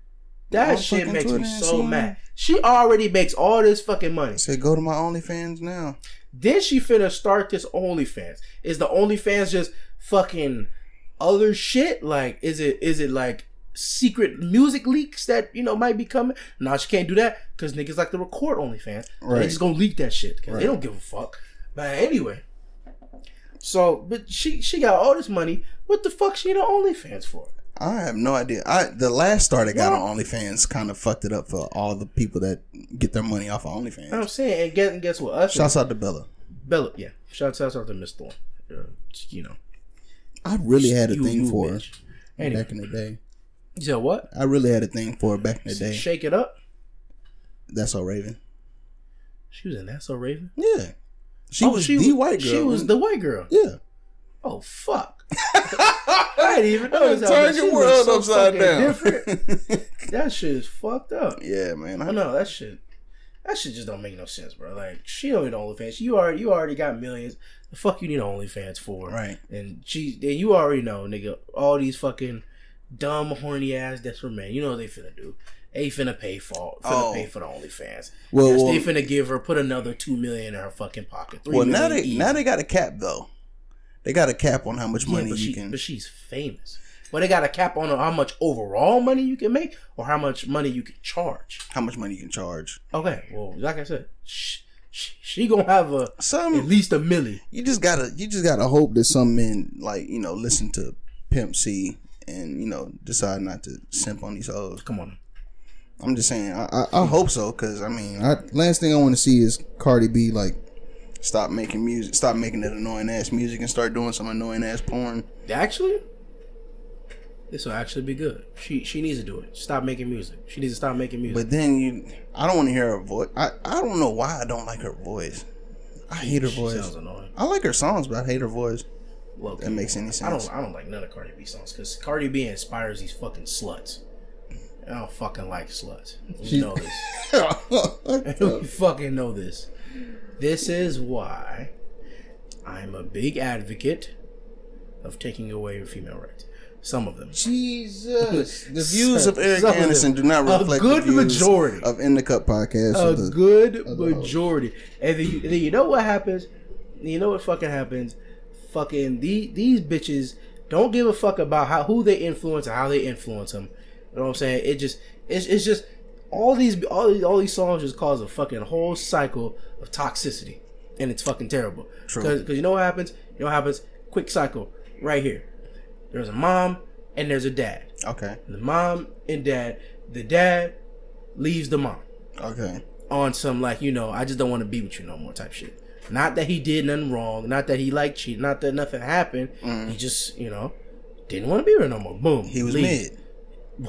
That
On
shit
fucking
makes
Twitter
me
and
so
shit.
mad. She already makes all this fucking money.
I said, go to my OnlyFans now.
Then she finna start this OnlyFans. Is the OnlyFans just fucking other shit? Like, is it is it like secret music leaks that you know might be coming? Nah, she can't do that because niggas like to record OnlyFans. They
Right.
just gonna leak that shit because
Right.
they don't give a fuck. But anyway, so but she she got all this money. What the fuck she in the OnlyFans for?
I have no idea. I the last star that got
What?
on OnlyFans kind of fucked it up for all the people that get their money off of
You know what I'm
OnlyFans.
saying, and guess, and guess what? Usher,
Shouts out to Bella.
Bella, yeah, shouts out to Miss Thorne. Uh, you know,
I really had a
you-
thing
you
for her
bitch. Anyway,
back in the day.
you said what?
I really had a thing for her back in the day.
Shake it up.
That's all Raven.
She was in that so Raven.
Yeah, she
Oh,
was the white girl.
She was the white girl.
yeah.
Oh fuck! I didn't even know that.
Turn
She
your
was
world
so
upside
fucking
down.
Different. That shit is fucked up.
yeah, man.
I
I,
know that shit. That shit just don't make no sense, bro. Like she don't need OnlyFans. You already you already got millions. The fuck you need OnlyFans for?
right.
And she and you already know, nigga. All these fucking dumb horny ass desperate men. You know what they finna do. They finna pay for finna
Oh.
pay for the OnlyFans.
Well,
yes,
well,
they finna give her put another two million in her fucking pocket. Three
well, now
million
they
easy.
now they got a cap though. They got a cap on how much
Yeah,
money
but,
you
she,
can.
but she's famous. But they got a cap on how much overall money you can make or how much money you can charge.
how much money you can charge?
Okay, well, like I said, she, she, she gonna have a at
Some
least a milli.
you just gotta you just gotta hope that some men like you know listen to Pimp C and you know decide not to simp on these hoes.
Come on,
I'm just saying. I I, I hope so because I mean, I,
I, last thing I want to see is Cardi B like
stop making music, stop making that annoying ass music, and start doing some annoying ass porn.
actually, this will actually be good. She she needs to do it. Stop making music. She needs to stop making music.
But then you, I don't want to hear her voice. I I don't know why I don't like her voice. I hate her
she
voice.
sounds annoying.
I like her songs, but I hate her voice.
Well,
That makes any sense.
I don't I don't like none of Cardi B songs because Cardi B inspires these fucking sluts. I don't fucking like sluts. You know this. We fucking know this. This is why I'm a big advocate of taking away female rights. Some of them.
Jesus.
The views of Eric
Some of
Anderson do not
A
reflect
good
the views
majority.
of In the Cup podcast.
A
or the-
good
other hoes.
majority. And then you, then you know what happens? You know what fucking happens? Fucking the, these bitches don't give a fuck about how who they influence or how they influence them. You know what I'm saying? It just it's, it's just all these all these all these songs just cause a fucking whole cycle of toxicity, and it's fucking terrible.
True.
Because you know what happens? You know what happens? Quick cycle right here. There's a mom and there's a dad.
okay,
The mom and dad. The dad leaves the mom
okay,
on some like you know I just don't want to be with you no more type shit. Not that he did nothing wrong. Not that he like cheated. Not that nothing happened. He just you know didn't want to be with her no more. Boom.
Mm. he was
leaves.
mid.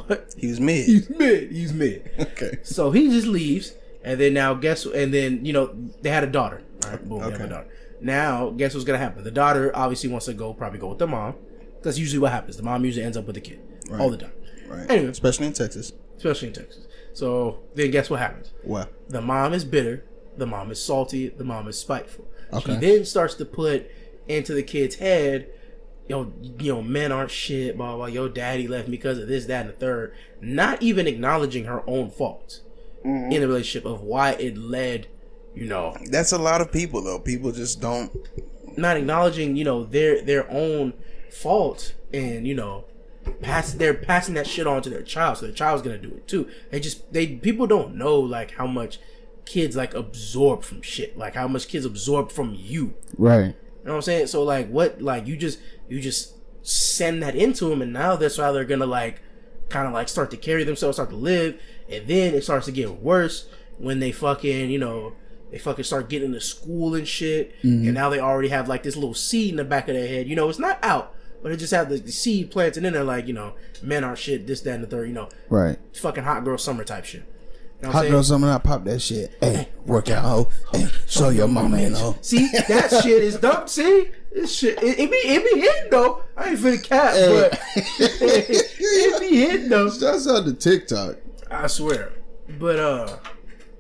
What?
He was mid.
He's mid. He's mid.
okay,
so he just leaves, and then now guess and then you know they had a daughter. All right, boom. They have a
Okay.
daughter. Now guess what's gonna happen? The daughter obviously wants to go probably go with the mom. That's usually what happens. The mom usually ends up with the kid all the time,
right.
Anyway.
Especially in Texas.
especially in Texas. So then guess what happens?
Wow.
The mom is bitter. The mom is salty. The mom is spiteful. She
Okay.
then starts to put into the kid's head, yo, you know, men aren't shit, blah, blah, yo, daddy left me because of this, that, and the third. Not even acknowledging her own faults in the relationship of why it led, you know,
That's a lot of people though. People just don't.
not acknowledging, you know, their their own faults and, you know, pass they're passing that shit on to their child, so their child's gonna do it too. They just they people don't know like how much kids like absorb from shit. Like how much kids absorb from you.
Right.
You know what I'm saying? So like what like you just you just send that into them and now that's how they're gonna like kind of like start to carry themselves, start to live, and then it starts to get worse when they fucking, you know, they fucking start getting to school and shit,
Mm-hmm.
and now they already have like this little seed in the back of their head. You know, it's not out, but it just have the, the seed planted in there, like you know, men are shit, this, that, and the third. You know,
Right.
fucking hot girl summer type shit. You know what I'm
Hot
saying?
girl summer, I pop that shit. Hey, work out, hoe. Hey, show your mama and hoe.
See, that shit is dumb. See, this shit, it, it be it be hitting though. I ain't finna cap, but it be hitting though.
Shouts out to TikTok.
I swear. But uh,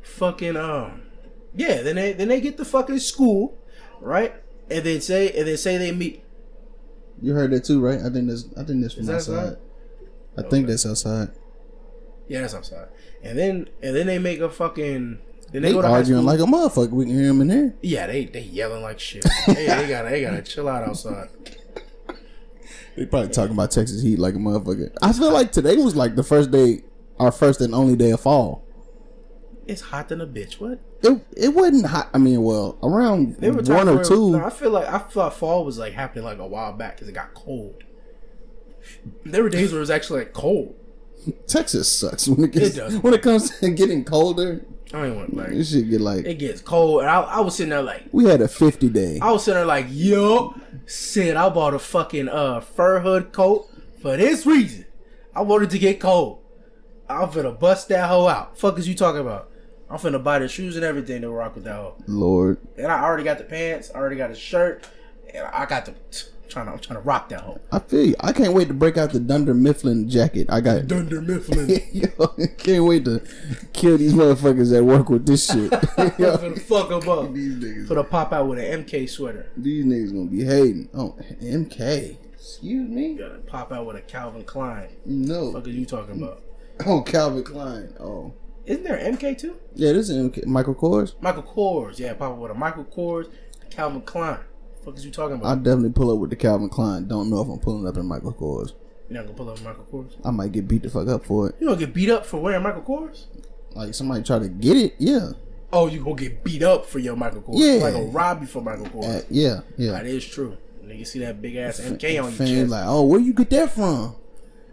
fucking um, yeah. Then they then they get to fucking school, right? And then say and then say they meet
You heard that too, right? I think that's I think that's from
Is that
outside.
outside?
I think
Okay.
that's outside.
Yeah, that's outside. And then and then they make a fucking. Then they,
They
go to high school.
arguing like a motherfucker. We can hear them in here.
yeah, they they yelling like shit. they, they gotta they gotta chill out outside.
They probably talking about Texas Heat like a motherfucker. I feel like today was like the first day, our first and only day of fall.
It's hot than a bitch. What?
It it wasn't hot. I mean, well, around
They were
one or
talking-
two.
No, I feel like I thought fall was like happening like a while back because it got cold. There were days where it was actually like cold.
Texas sucks when it gets
does.
when it comes to getting colder.
I ain't want like
It should get
it
like
gets cold, and I, I was sitting there like
we had a fifty day.
I was sitting there like yo, said I bought a fucking uh fur hood coat for this reason. I wanted to get cold. I'm finna bust that hoe out. Fuck is you talking about? I'm finna buy the shoes and everything to rock with that hoe.
Lord,
And I already got the pants. I already got a shirt. And I got the trying to I'm trying to rock that hoe.
I feel you. I can't wait to break out the Dunder Mifflin jacket. I got.
Dunder Mifflin.
Yo, I can't wait to kill these motherfuckers that work with this shit.
I'm
Yo,
finna fuck 'em up.
these niggas.
Put a pop out with an MK sweater.
These niggas gonna be hating. Oh, MK. Excuse me?
Gotta pop out with a Calvin Klein.
No.
Fuck are you talking about?
Oh, Calvin Klein. Oh.
Isn't there an MK too?
Yeah, this is MK. Michael Kors.
Michael Kors. Yeah, pop out with a Michael Kors, Calvin Klein. Fuck is you talking
I
about?
definitely pull up with the Calvin Klein. Don't know if I'm pulling up in Michael Kors.
You're not gonna pull up with Michael Kors.
I might get beat the fuck up for it.
You gonna get beat up for wearing Michael Kors?
Like somebody try to get it. Yeah.
Oh, you gonna get beat up for your Michael Kors?
Yeah.
Like a rob you for Michael Kors.
Uh, yeah.
That
Yeah.
is true. Nigga, see that big ass MK on your
Fans
chest.
like, oh, where you get that from?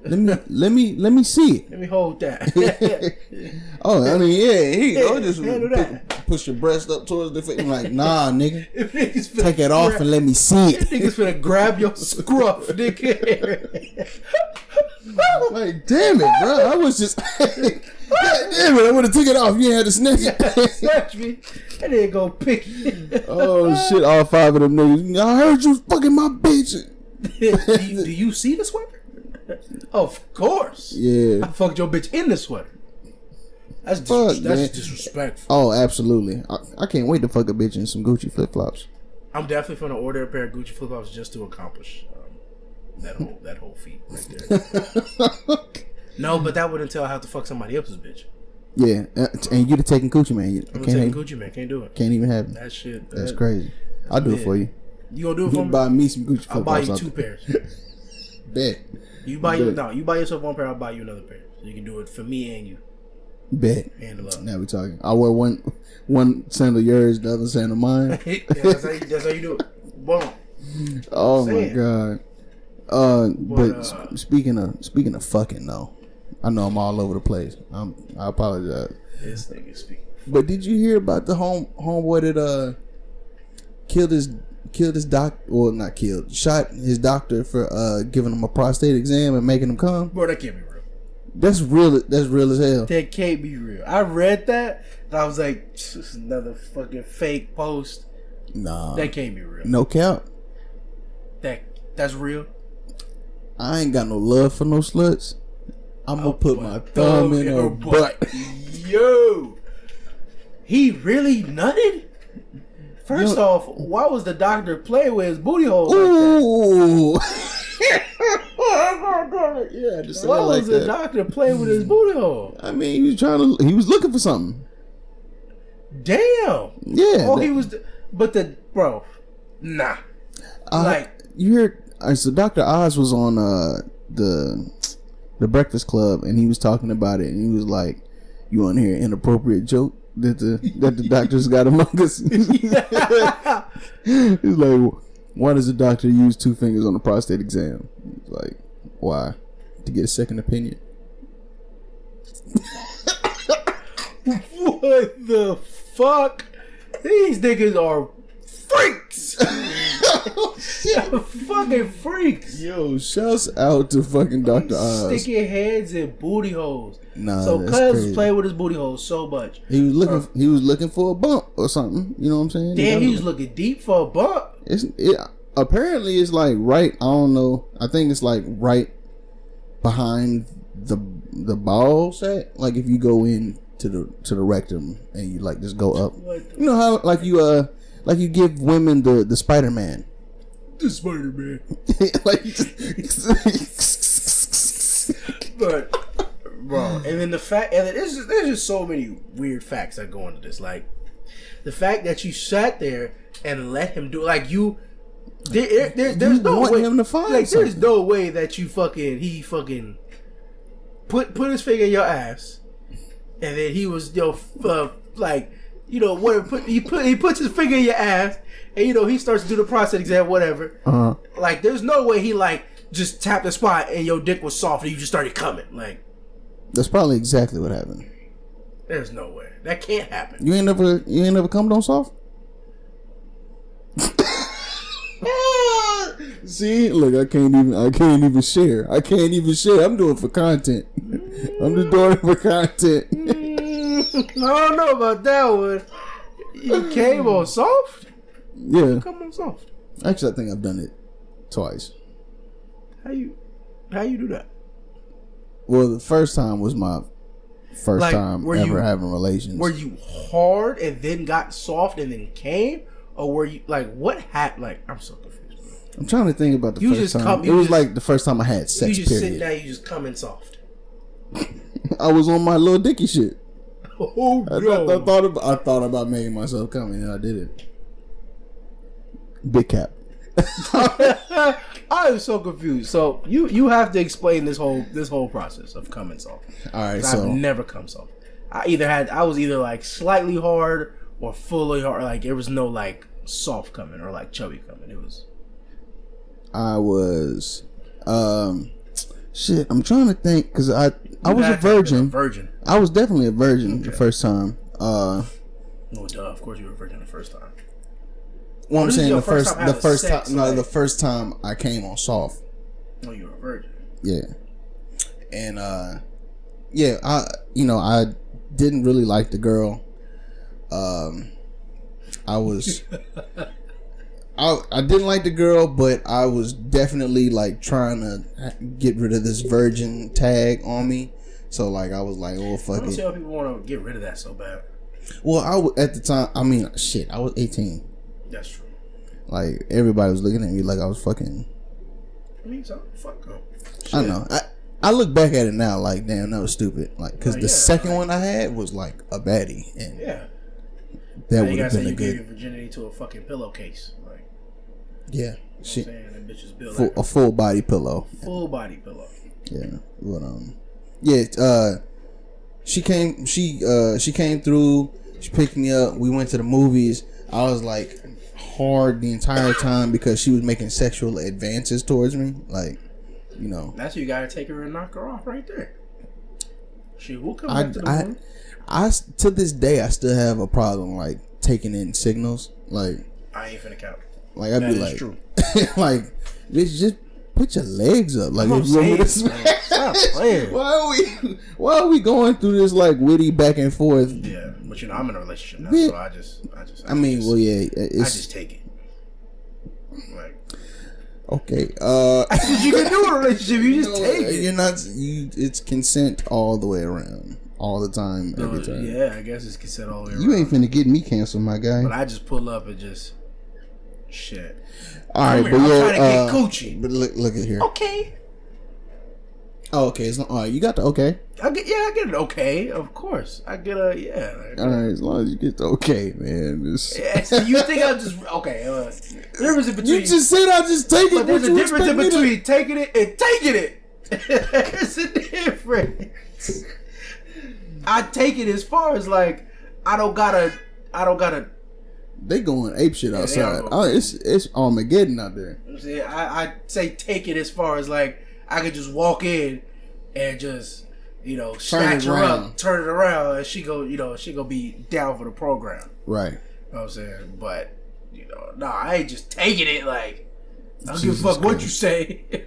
Let me let me let me see
Let me hold that.
it. oh, I mean, yeah, here you go.
Yeah,
Just
handle that.
pu- push your breast up towards the face. Like, nah, nigga.
If niggas finna
Take it off
grab-
and let me see it.
Niggas finna grab your scruff, nigga.
Like, damn it, bro. I was just. God damn it. I would have took it off. You ain't had to snatch it.
Snatch me. And then go pick it.
oh, shit. All five of them niggas. I heard you was fucking my bitch.
do, you, do you see the sweater? Of course. I
Yeah.
fucked your bitch in the sweater. That's, dis- that's
Fuck, man.
disrespectful.
Oh, absolutely. I, I can't wait to fuck a bitch in some Gucci flip flops.
I'm definitely gonna order a pair of Gucci flip flops just to accomplish um, that whole that whole feat right there. no, but that would entail I have to fuck somebody else's bitch.
yeah. uh, And you'd have taken Gucci, man. You- I
I'm
can't,
taking
even,
Gucci man, can't do it.
can't even have it.
That shit.
That's
that-
crazy. I'll do it
Yeah.
for you.
You gonna do it
You
for
can
me?
buy me some Gucci flip flops.
I'll buy you two pairs.
Bet.
You buy you
Good.
no, you buy yourself one pair. I'll buy you another pair. So you can do it for me and you
Bet.
and the love.
Now we talking. I wear one one sandal yours, the other sandal mine.
Yeah, that's, how you, that's how you do it. Boom.
Oh my
Saying.
god. Uh, but
uh,
sp- speaking of speaking of fucking though, I know I'm all over the place. I'm, I apologize.
This nigga speak.
But did you hear about the home homeboy that uh killed his killed his doc or not killed shot his doctor for uh giving him a prostate exam and making him come?
Bro, that can't be real.
That's real. That's real as hell.
That can't be real. I read that and I was like, this is another fucking fake post.
Nah,
That can't be real.
no cap.
That that's real.
I ain't got no love for no sluts. I'm
Oh,
gonna put my thumb in her butt.
Yo. He really nutted? First
Yo.
off, why was the doctor playing with his booty hole? Like that?
Ooh. Oh, yeah, just
Why
sound like
was the
that.
doctor playing with his booty hole?
I mean, he was trying to. He was looking for something.
Damn.
Yeah.
Oh,
that-
he was. But the bro, nah.
I-
like-
you heard. all right, so Dr. Oz was on uh the the Breakfast Club, and he was talking about it, and he was like, "You want to hear an inappropriate joke that the that the doctors got among us?" He's like, why does the doctor use two fingers on a prostate exam? He's like, why? To get a second opinion.
What the fuck? These niggas are freaks.
Oh,
fucking freaks.
Yo, shouts out to fucking Dr. Oz.
Sticking heads in booty holes.
Nah,
so
that's
Cuz
crazy.
played with his booty holes so much.
He was looking. he was looking for a bump or something. You know what I'm saying?
Damn,
That
he was looking deep for a bump.
It's it, apparently it's like right. I don't know. I think it's like right behind the the ball set. Like if you go in to the to the rectum and you like just go up.
What the
You know how like you uh like you give women the the Spider Man.
this Spider Man.
like, just-
But bro, and then the fact and there's just, there's just so many weird facts that go into this. Like the fact that you sat there and let him do like you. There, there- there- there's
You
no
want
way.
him to find
like there's
something.
no way that you fucking he fucking put put his finger in your ass, and then he was yo uh, like you know what put he put he puts his finger in your ass, and you know he starts to do the prostate exam whatever.
uh,
Like, there's no way he like just tapped the spot and your dick was soft and you just started coming. Like,
that's probably exactly what happened.
there's no way that can't happen.
You ain't never, you ain't never come on soft. See, look, I can't even, I can't even share. I can't even share. I'm doing it for content. I'm just doing it for content.
Mm, I don't know about that one. You came on soft.
yeah,
Come on soft.
actually, I think I've done it twice.
How you? How you do that?
Well, the first time was my first
Like,
time
were
ever
you-
having relations.
Were you hard and then got soft and then came, or were you like what happened? Like, I'm so confused.
I'm trying to think about the
You
first
just
time.
come-
it
you
was
just-
like the first time I had
You
sex.
just sitting
Period.
there, you just coming soft.
I was on my little dicky shit.
Oh
I,
no!
I, I thought about, I thought about making myself come and I did it. Big cap.
I am so confused. So you you have to explain this whole this whole process of coming soft.
All right,
I've
so
never come soft. I either had I was either like slightly hard or fully hard. Like there was no like soft coming or like chubby coming. It was
I was, um, shit. I'm trying to think because I I
You had to
was a
have been
virgin.
virgin.
I was definitely a virgin the first time. Uh,
No, duh. Of course you were a virgin the first time.
well, I'm
This is
saying
your
the
first
first
time
the
having
first time
sex,
no
like-
the first time I came on soft.
No, you were a virgin.
Yeah. And uh yeah, I you know, I didn't really like the girl. Um I was I I didn't like the girl, but I was definitely like trying to get rid of this virgin tag on me. So like I was like, "Oh
I
fuck
don't see
it."
how people want to get rid of that so bad.
Well, I w- at the time, I mean, shit, I was 18.
That's true.
Like everybody was looking at me like I was fucking
I mean, so fuck them.
I don't know. I, I look back at it now, like damn, that was stupid. Like, because
Oh,
the
yeah,
second one I had was like a baddie, and
Yeah. Now
that
you
would
gotta
have
say
been
you
a
gave
good,
your virginity to a fucking pillowcase. Like,
yeah,
you know
shit,
what I'm saying? That bitch is built
full,
like
a full body pillow.
a full body pillow.
Yeah, but um, yeah, uh, she came, she uh, she came through. She picked me up. We went to the movies. I was like hard the entire time because she was making sexual advances towards me, like you know.
That's who you gotta take her and knock her off right there. She will come
I,
back to the
I,
room.
I s- to this day I still have a problem like taking in signals. Like,
I ain't finna count.
like I'd
That
be
is
like,
true.
like, bitch, just put your legs up. Like,
I'm
if you want me to
saying, man, stop playing.
why are we, why are we going through this like witty back and forth?
Yeah, but you know I'm in a relationship now,
Bitch.
so I just, I just,
I mean,
just,
well, yeah,
I
it's
just take it. Like,
okay. Uh,
what you can do in a relationship, you just
no,
take it.
you're not, you, it's consent all the way around, all the time, every
So,
time.
yeah, I guess it's consent all the way around.
You ain't finna get me canceled, my guy.
But I just pull up and just, shit.
All right,
Come here,
but
I'm trying to
yeah,
get
uh,
coochie.
but look, look at here.
Okay,
Oh, okay, it's not, all right. You got the okay.
I get, yeah, I get it. Okay, of course, I get a yeah. like-
All right, as long as you get the okay, man. This,
yeah so you think I'm just okay? Uh, difference in between
you just said I just take
But
it.
there's
what
a
you
difference in
expect me to-
between taking it and taking it. there's a difference. I take it as far as like I don't gotta, I don't gotta.
They going ape shit outside.
are.
oh, it's it's Armageddon out there.
See, I, I say take it as far as like I could just walk in and just you know snatch
it
her
around.
up, turn it around, and she go you know she gonna be down for the program.
Right.
You know what I'm saying, but you know, nah, I ain't just taking it like. I don't give a
Jesus
fuck what
Christ.
you say.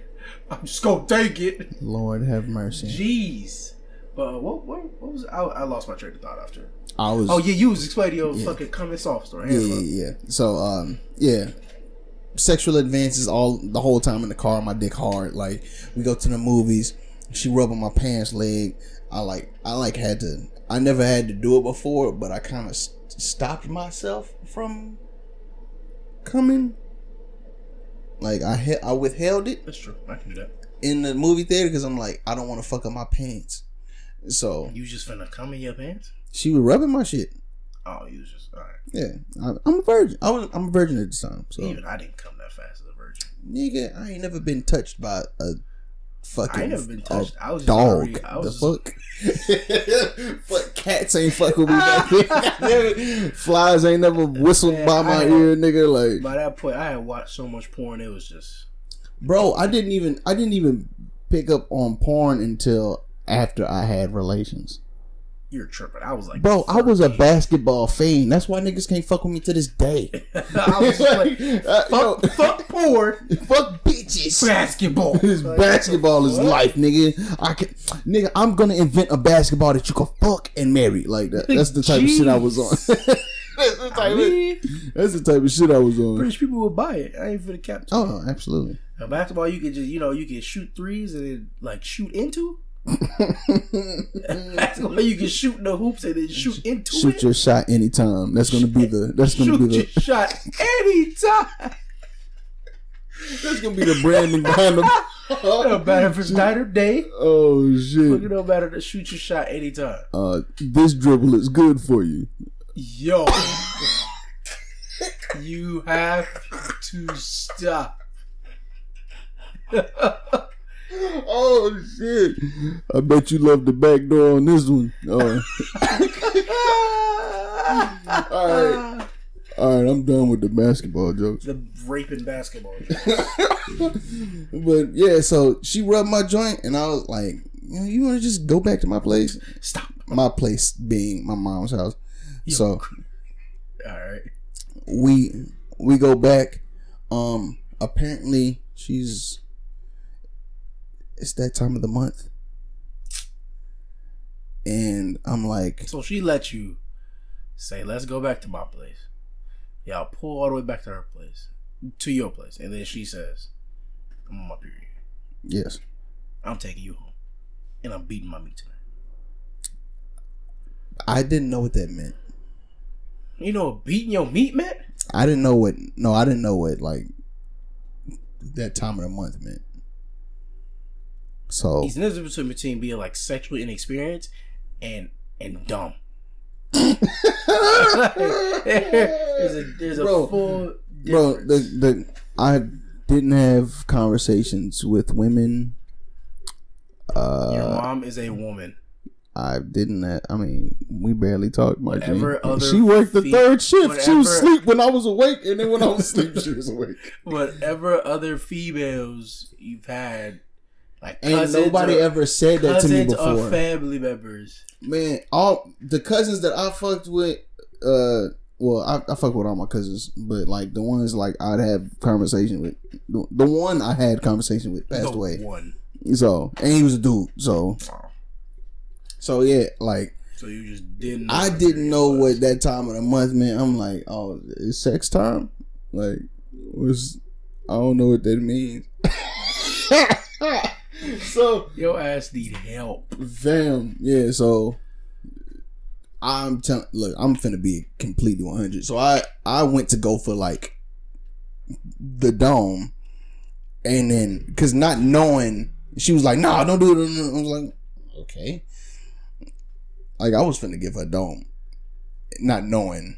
I'm just gonna take it.
Lord have mercy.
Jeez. But what what, what was I, I lost my train of thought after.
I was.
Oh yeah, you was explaining your fucking coming soft story.
yeah,
Hey,
yeah,
look.
yeah. So, um, yeah. Sexual advances all the whole time in the car. My dick hard. Like we go to the movies. She rubbing my pants leg. I like. I like had to. I never had to do it before, but I kind of st- stopped myself from coming. Like I he- I withheld it
That's true. I can do that.
in the movie theater because I'm like I don't want to fuck up my pants. So
You just finna come in your pants?
she was rubbing my shit.
Oh, you was just all right.
Yeah, I, I'm a virgin. I was I'm a virgin at the time. So
Even I didn't come that fast as a virgin.
nigga, I ain't never been touched by a fucking
I ain't never been
a
touched. I was just
dog.
already- I was just-
the fuck? fuck cats ain't fuck with me. back then. Flies ain't never whistled by my
I-
ear, nigga. Like
By that point, I had watched so much porn. It was just
bro i didn't even i didn't even pick up on porn until after i had relations
you're tripping. I was like,
bro i was a
13.
basketball fiend that's why niggas can't fuck with me to this day
I was just like,
Uh, yo,
fuck, fuck porn,
fuck bitches
basketball.
this
Like,
basketball is
what?
life nigga i can nigga i'm gonna invent a basketball that you can fuck and marry like that that's the type of shit i was on that's, the
I
type of,
mean,
that's the type of shit i was on
British people would buy it. I ain't for the cap.
oh absolutely
Now, basketball, you could just you know you can shoot threes and then, like shoot into. basketball, you can shoot in the hoops and then shoot into
shoot
it.
your shot anytime that's gonna be the that's gonna
shoot
be
your
the
shot anytime.
That's gonna be the branding behind them.
no matter if it's night or day.
Oh
Look, it
shit!
don't matter to shoot your shot anytime.
Uh, this dribble is good for you.
Yo, you have to stop.
Oh shit! I bet you love the back door on this one. Uh, all right, all right. I'm done with the basketball jokes.
the raping basketball.
But yeah, so she rubbed my joint, and I was like, you, know, you want to just go back to my place?
Stop.
My place being my mom's house. So
All right.
we we go back. Um, apparently she's it's that time of the month, and I'm like,
So she let you say, "Let's go back to my place." Y'all pull all the way back to her place, to your place, and then she says, "I'm on my period.
yes,
I'm taking you home, and I'm beating my meat tonight."
I didn't know what that meant.
You know what beating your meat meant?
I didn't know what no, I didn't know what like that time of the month meant. So
He's there's a difference between being like sexually inexperienced and and dumb. there's a, there's a
Bro,
full
bro
difference.
the, the i didn't have conversations with women
Your
uh
mom is a woman.
i didn't have, i mean we barely talked my G.
Whatever other
she worked the
fe-
third shift she was
whatever-
asleep when i was awake and then when i was asleep she was awake
Whatever other females you've had, like
ain't
cousins
nobody
or-
ever said that to me
cousins or
before
family members.
man all the cousins that i fucked with uh well I, I fuck with all my cousins but like the ones like i'd have conversation with the, the one i had conversation with passed
The
away
One.
So and he was a dude. So so yeah, like
So you just didn't.
I didn't know what that time of the month meant. I'm like, oh, it's sex time. Like was I don't know what that means. so
Your ass need help.
fam, yeah. So I'm telling. Look, I'm finna be completely 100. So I I went to go for like the dome, and then because not knowing, she was like, "Nah, don't do it." I was like, "Okay." Like I was finna give her dome, not knowing,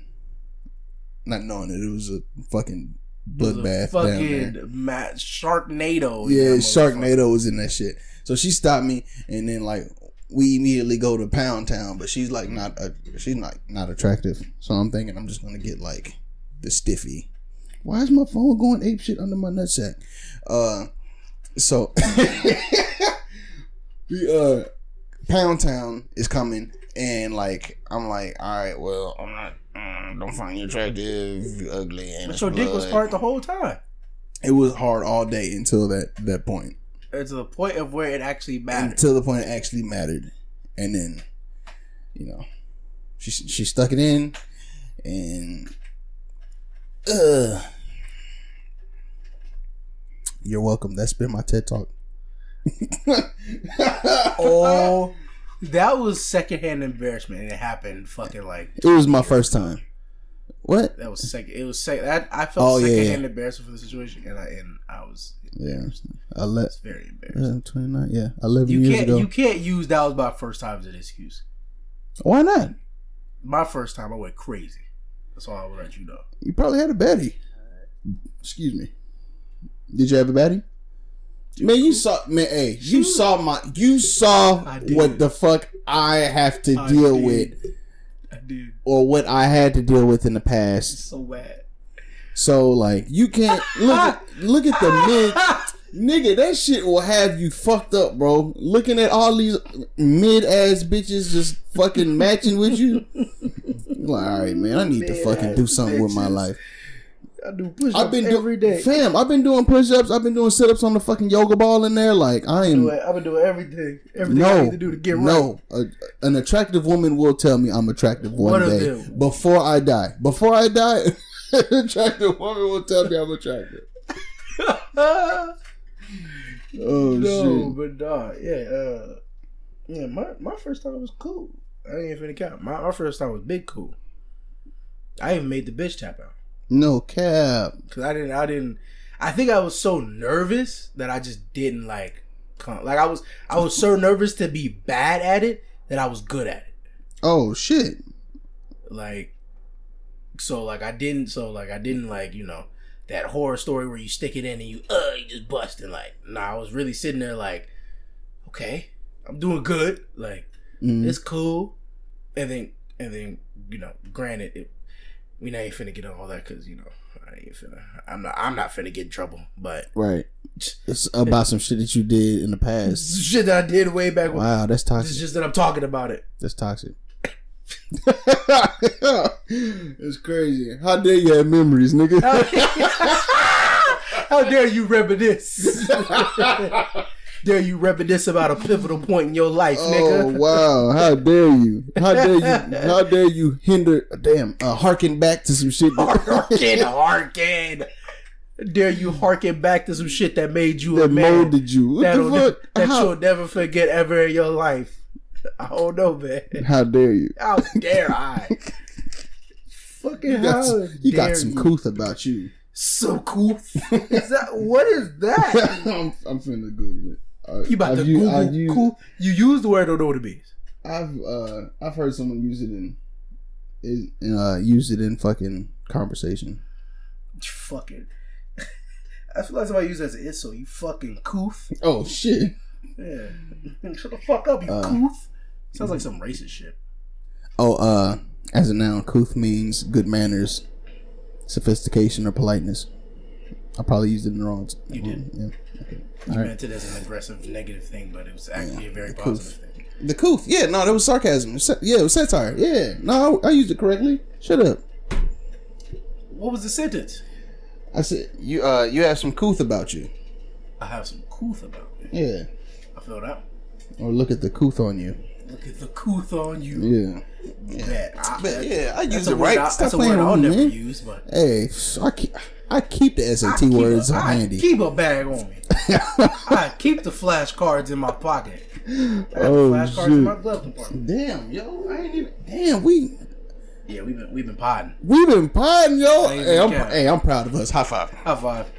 not knowing that it was a fucking
There's a
bloodbath. down there.
Fucking ma- Sharknado. in
Yeah,
Oh, that motherfucker.
Sharknado was in that shit. So she stopped me, and then like we immediately go to Pound Town, but she's like not a, she's not not attractive. So I'm thinking I'm just gonna get like the stiffy. Why is my phone going ape shit under my nutsack? Uh, so the uh Pound Town is coming, and like I'm like, all right, well I'm not. mm, don't find you attractive, you ugly, and
But
it's
your dick was
blood.
hard the whole time.
It was hard all day until that that point.
It's to the point of where it actually matters.
until the point it actually mattered. And then, you know, she she stuck it in, and uh, you're welcome. That's been my TED talk.
oh, that was secondhand embarrassment, and it happened fucking like
It was my first time. What?
That was second. It was second. I, I felt
Oh, yeah,
secondhand
yeah.
embarrassment for the situation, and I and I was
Yeah.
embarrassed.
Ele-
It's very embarrassing.
yeah, 29. Yeah, 11
You
years
can't
ago.
you can't use that was my first time as an excuse.
Why not?
My first time, I went crazy. That's all I would let you know.
You probably had a baddie. Excuse me. Did you have a baddie? Man, you saw man, hey,
Shoot.
you saw my you saw
I did.
what the fuck I have to
I
deal
did.
with
I did.
or what I had to deal with in the
It's
past.
so bad.
So like you can't look at, look at the mid nigga, that shit will have you fucked up, bro. Looking at all these mid ass bitches just fucking matching with you. Like, all right, man, I need to fucking do something with my
Mid-ass
life.
I do push
I've been
up
doing
every day.
Fam, I've been doing push ups. I've been doing sit ups on the fucking yoga ball in there. Like I am
Doing- I've been doing everything. Everything I
no,
need to do to get right.
no. A, an attractive woman will tell me I'm attractive one
One of
day
them.
before I die. Before I die, an attractive woman will tell me I'm attractive.
Ah,
Oh
no,
shit!
but dog, yeah, uh, yeah. My my first time was cool. I ain't even count. My my first time was big cool. I even made the bitch tap out
No cap.
because I didn't. I didn't. I think I was so nervous that I just didn't like. Come, like I was. I was so nervous to be bad at it that I was good at it.
Oh shit!
like so like i didn't so like i didn't like you know that horror story where you stick it in and you uh you just bust and like nah i was really sitting there like okay i'm doing good like
Mm.
it's cool and then and then you know granted it, we not even finna get on all that because you know i ain't finna i'm not i'm not finna get in trouble but
Right. It's about some shit that you did in the past.
shit that i did way back when
Wow, that's
it's
toxic.
just that i'm talking about it
That's toxic. it's crazy. How dare you have memories, nigga?
How dare you reminisce? dare you reminisce about a pivotal point in your life,
Oh
nigga?
wow! How dare you? How dare you? How dare you hinder? Damn! Uh, harken back to some shit.
Harken, harken. Dare you harken back to some shit that made you a
that
man
molded you. What
that'll
the
ne-
fuck?
that
how,
you'll never forget ever in your life? I don't know, man.
how dare you?
How dare I? Fucking
You got,
how
some- you got
dare
some
you.
couth about you.
So cool. Is that what is that?
I'm, I'm finna Google it. Uh,
You about
I've
to
u-
Google
I've u-
cool? You use the word or know what it means.
I've uh, I've heard someone use it in, is uh, use it in fucking conversation.
fucking. I feel like somebody used it as an insult. You fucking coof.
Oh shit!
Yeah. Shut the fuck up, you
Uh, mm-hmm.
coof. Sounds like some racist shit.
Oh, uh, as a noun, couth means good manners, sophistication, or politeness. I probably used it in the wrong.
You did.
Yeah.
You
Alright.
meant it as an aggressive, negative thing, but it was actually a very
the
positive thing.
The couth. Yeah, no, that was sarcasm. It was sa- Yeah, it was satire. Yeah, no, I, I used it correctly. Shut up.
What was the sentence?
I said you. Uh, you have some couth about you.
I have some coof about me.
Yeah.
I feel that.
Or look at the couth on you.
Look at the coof on you.
Yeah.
Man, I,
But yeah, I
that's
used
a
it
word
right.
I,
Stop
that's a
playing
word I'll
with me,
never
man.
use, but.
Hey, I keep, I keep the
I
SAT
keep
words
a, I
handy.
keep a bag on me. I keep the flashcards in my pocket. I have
Oh,
the flashcards in my
shit.
glove compartment.
Damn, yo, I ain't even. Damn, we
Yeah, we've been we've been podding.
we been potting, yo.
Ain't
Hey I'm,
even cap.
hey, I'm proud of us. High five.
High five.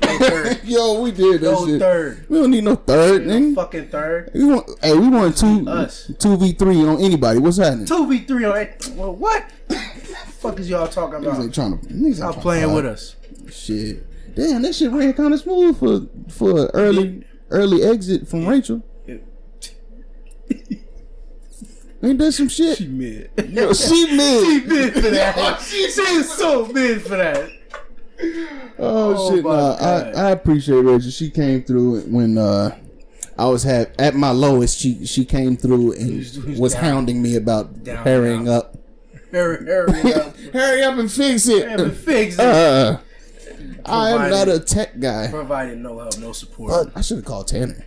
No third.
Yo, we did that
No
shit.
third.
We don't need no third,
No
nigga.
fucking third.
We want, hey, we want two
Us.
two v three on anybody. What's happening?
Two v three on eight. Well, what? fuck is y'all talking
Niggas
about?
ain't trying to. Niggas
Stop playing with us.
Shit. Damn, that shit ran kind of smooth for for early early exit from Rachel. Ain't that some shit?
She mid.
Yo, she
she
mid.
mid for that. she is so mid for that.
Oh,
Oh,
shit!
my
Nah,
God.
I, I appreciate Rachel. She came through when uh, I was have at my lowest. She she came through
Who's- who's
and was
down?
hounding me about
Down,
hurrying
down.
up.
Hurry, hurry up.
Hurry up and fix it.
Haven't fixed it.
Uh, I am
Provided-
not a tech guy.
Provided no help, no support.
But I should have called Tanner.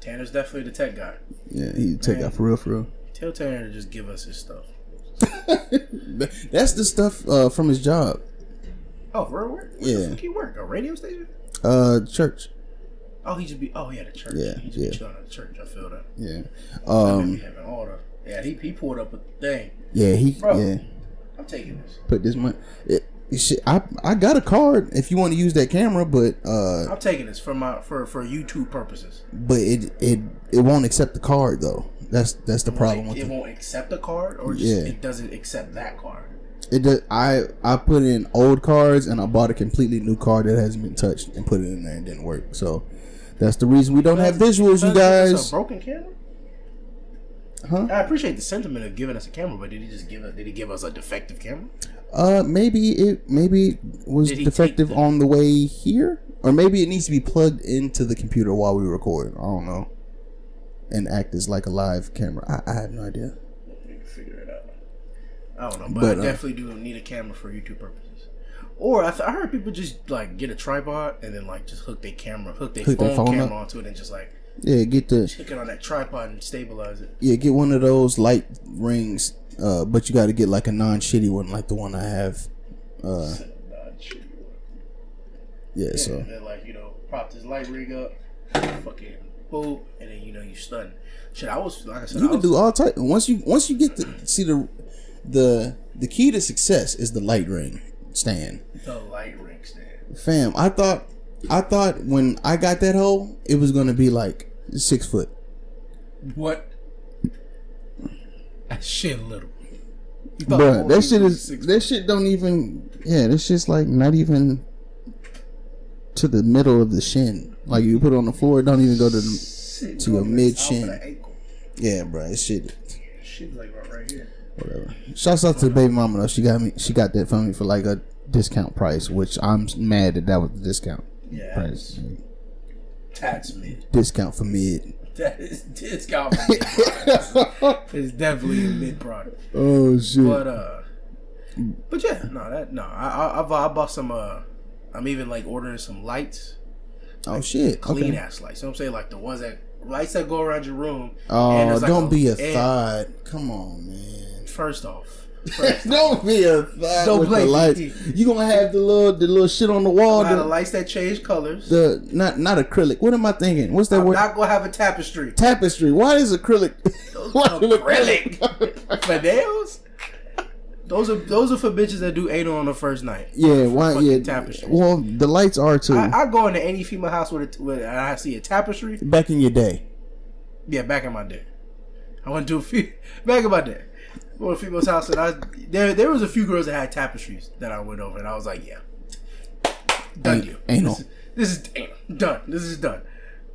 Tanner's definitely the tech guy.
Yeah, he tech guy
Man.
for real, for real.
Tell Tanner to just give us his stuff.
Th- That's the stuff uh, from his job.
Oh, where where? where
Yeah.
The fuck he work? A radio station?
Uh, church.
Oh, he just be. Oh, yeah, the church.
Yeah,
he just
yeah.
be chilling at the church. I feel that.
Yeah.
He
Um.
having all the. Yeah, he, he pulled up a thing.
Yeah. He.
Bro.
Yeah.
I I'm taking this.
Put this money. It, it shit, I I got a card if you want to use that camera, but uh,
I'm taking this for my for for YouTube purposes.
but it it it won't accept the card though. That's that's the problem
Like,
with
it
it.
won't accept a card, or just,
Yeah.
it doesn't accept that card.
It does, I I put in old cards and I bought a completely new card that hasn't been touched and put it in there and didn't work. So that's the reason we don't have visuals, you
Does- is this
guys.
a broken camera.
Huh?
I appreciate the sentiment of giving us a camera, but did he just give us? Did he give us a defective camera?
Uh, maybe it maybe it was
Did he
defective
take the-
on the way here, or maybe it needs to be plugged into the computer while we record. I don't know, and act as like a live camera. I, I have no idea.
We can figure it out. I don't know, but,
But,
I
uh,
definitely do need a camera for YouTube purposes. Or I, th- I heard people just like get a tripod and then like just hook their camera, hook their
Hook
phone,
their phone
camera
up.
onto it, and just like
Yeah, get the
hook it on that tripod and stabilize it.
yeah get one of those light rings. Uh, but you got to get like a non shitty one, like the one I have. Uh, yeah.
Yeah,
So
and then like you know, prop this light rig up, fucking boom, and then you know you stun. Shit, I was like I said, I
you can
was-
do all type. Once you once you get the see the the the key to success is the light ring stand.
the light rig stand.
Fam, I thought I thought when I got that hole, it was gonna be like six foot.
What? That shit, little. You thought the
Bruh,
whole
that
thing
shit
was
is
six-
that shit don't even yeah, that shit's like not even to the middle of the shin. Like you put it on the floor, it don't even go to the
shit,
to your
going
mid
out
chin.
to the ankle.
Yeah, bro, that shit
Shit, like right, right here.
whatever. Shouts out to the baby mama though. She got me she got that for me for like a discount price, which I'm mad that that was the discount
Yeah,
price.
That's mid.
Discount for mid.
That is discount. for mid. it's definitely a mid product.
oh shit.
But uh, but yeah, no, that no. I I, I, bought, I bought some. Uh, I'm even like ordering some lights,
oh shit.
clean
Okay.
ass lights. You know what I'm saying? Like the ones that lights that go around your room. and
Oh,
there's, like,
don't be a
and-
thought. Come on, man.
First off, first,
Don't be a
Don't
thought. Don't
play
play the lights.
PT.
You gonna have the little the little shit on the
a
wall.
lot of
Oh, The,
lights that change colors.
the not not acrylic. What am I thinking? What's that
I'm
word?
not gonna have a tapestry.
Tapestry. Why is acrylic? Why
Acrylic for nails. Those are those are for bitches that do anal on the first night.
yeah. Why?
Fucking
Yeah.
tapestry.
Well, the lights are too.
I, I go into any female house with, a, with and I see a tapestry.
Back in your day.
Yeah, back in my day, I went to a few back in my day. I went to a female's house and I there there was a few girls that had tapestries that I went over and I was like, yeah, done
An-
you
anal.
This, is- this is done. This is done.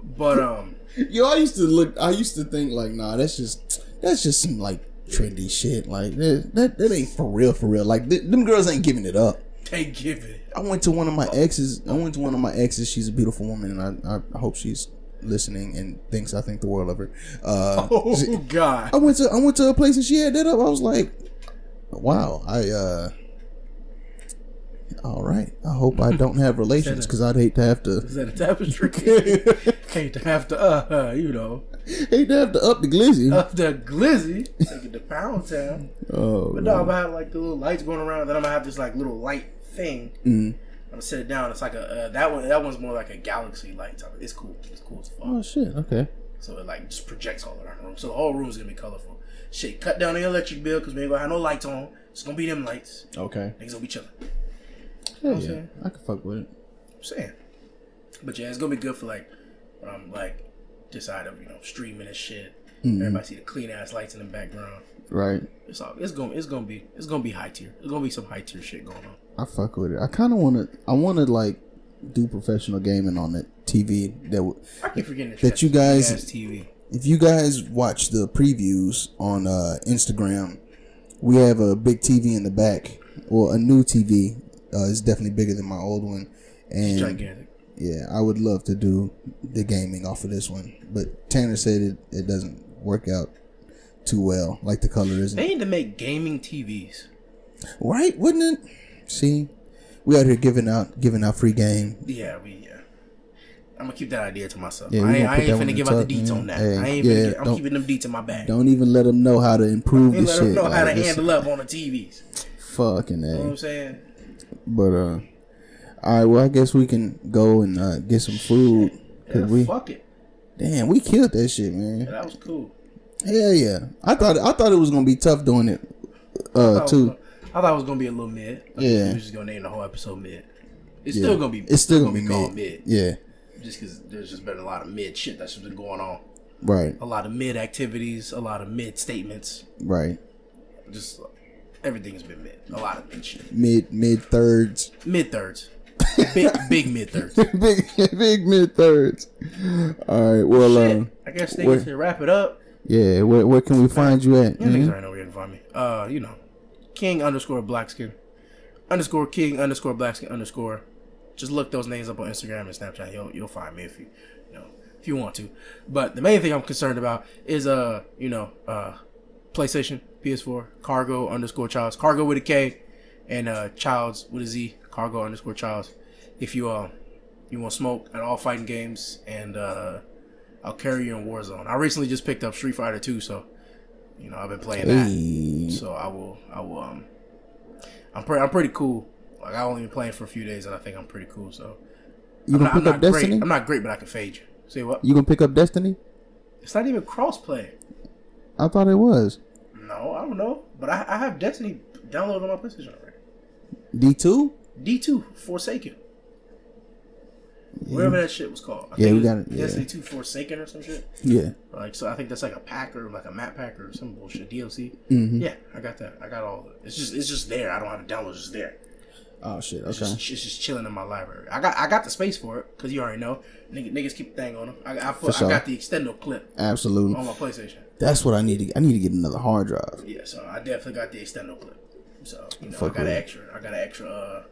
But um,
Yo, I used to look. I used to think like, nah, that's just that's just some like trendy shit. Like that that, that ain't for real. For real. Like th- them girls ain't giving it up.
they give it.
I went to one of my exes. I went to one of my exes. She's a beautiful woman, and I, I hope she's listening and thinks I think the world of her. Uh, she-
Oh God,
I went to I went to a place and she had that up. I was like, wow. I uh, all right. I hope I don't have relations because I'd hate to have to
is that a tapestry?
hate
Hate to have to uh, uh you know
to have to up the glizzy.
up the glizzy, take it to Pound Town.
oh,
But no, I'm gonna have like the little lights going around, and then I'm gonna have this like little light thing.
Mhm.
I'm gonna set it down. It's like a uh, that one. That one's more like a galaxy light. Type. of- It's cool. It's cool as fuck.
oh shit. Okay.
So it like just projects all around the room. So the whole room's gonna be colorful. Shit, cut down the electric bill because we ain't gonna have no lights on. It's gonna be them lights.
Okay.
Niggas gonna be chilling.
Yeah,
I'm
yeah.
saying.
I can fuck with it.
I'm saying. But yeah, it's gonna be good for like when I'm like just out of you know streaming and shit.
Hmm.
Everybody see the clean ass lights in the background.
Right.
It's all. It's gonna. It's gonna be. It's gonna be high tier. It's gonna be some high tier shit going on.
I fuck with it. I kind of want to. I want to like do professional gaming on the TV. That w-
I keep forgetting this
That
shit.
you guys-
Yes, TV.
if you guys watch the previews on uh, Instagram, we have a big TV in the back. Well, a new TV. Uh, it's definitely bigger than my old one. And
Gigantic.
yeah, I would love to do the gaming off of this one, but Tanner said it, it doesn't work out too well. Like the color isn't
They need to make gaming TVs.
right, wouldn't it? See, we out here giving out giving out free game.
Yeah, we. Yeah. I'm gonna keep that idea to myself.
Yeah, we
I ain't,
gonna
I
put that
ain't
one
finna
in
give
the
out
tuck,
the deets
man.
on that.
Hey,
I ain't.
yeah,
finna, gi- I'm
don't-
keeping them deets in my bag.
Don't even let them know how to improve
They
the
let them
shit.
know how to
Like, this-
handle up on the TVs.
Fucking
You know what
a.
I'm saying?
But uh, all right. Well, I guess we can go and uh, get some food.
Yeah,
Cause we
fuck it.
damn, we killed that shit,
Yeah,
man.
that was cool.
Hell yeah. I thought I thought it was gonna be tough doing it.
I
Uh,
thought,
too.
I I thought it was gonna be a little mid. Like,
Yeah.
we was just gonna name the whole episode mid. It's
Yeah.
still gonna be.
It's still gonna be
called
mid. Yeah,
just because there's just been a lot of mid shit that's been going on.
right,
A lot of mid activities, a lot of mid statements.
right.
Just everything's been mid. A lot of mid shit.
Mid mid thirds,
Mid thirds. big big mid thirds.
big big mid thirds. All right. Well, um,
I guess they get
Where-
to wrap it up.
yeah. Where, where can we find you at?
You niggas
Mhm.
already know where you can find me. Uh, you know, King underscore Blackskin underscore King underscore Blackskin underscore. Just look those names up on Instagram and Snapchat. You'll you'll find me if you, you know if you want to. But the main thing I'm concerned about is uh you know uh PlayStation, PS4, Cargo underscore Childs, Cargo with a K, and uh Childs with a Z, Cargo underscore Childs. If you uh you want smoke at all fighting games and uh I'll carry you in Warzone. I recently just picked up Street Fighter 2, so you know I've been playing that.
Hey.
So I will, I will. Um, I'm pretty, I'm pretty cool. Like I only been playing for a few days, and I think I'm pretty cool. So
You
I'm
gonna
not, I'm
pick up
not great.
Destiny?
I'm not great, but I can fade you. See what?
You gonna pick up Destiny?
It's not even crossplay.
I thought it was
No, I don't know, but I, I have Destiny downloaded on my PlayStation already.
D two.
D two Forsaken, whatever that shit was called. I
Yeah, we
was
got it, yeah.
Destiny two Forsaken or some shit.
Yeah.
Like so, I think that's like a pack or like a map pack or some bullshit DLC.
hmm
Yeah, I got that. I got all. Of it. It's just, it's just there. I don't have to download. It's just there.
Oh shit.
It's,
Okay.
just, it's just chilling in my library. I got I got the space for it because you already know Nigga, niggas keep the thing on them. I, I put
For
I
sure.
got the extendo clip
Absolutely.
on my PlayStation.
That's what I need to. I need to get another hard drive.
Yeah, so I definitely got the extendo clip. So you know,
Fuck
I got
with
an
it.
extra. I got an extra uh,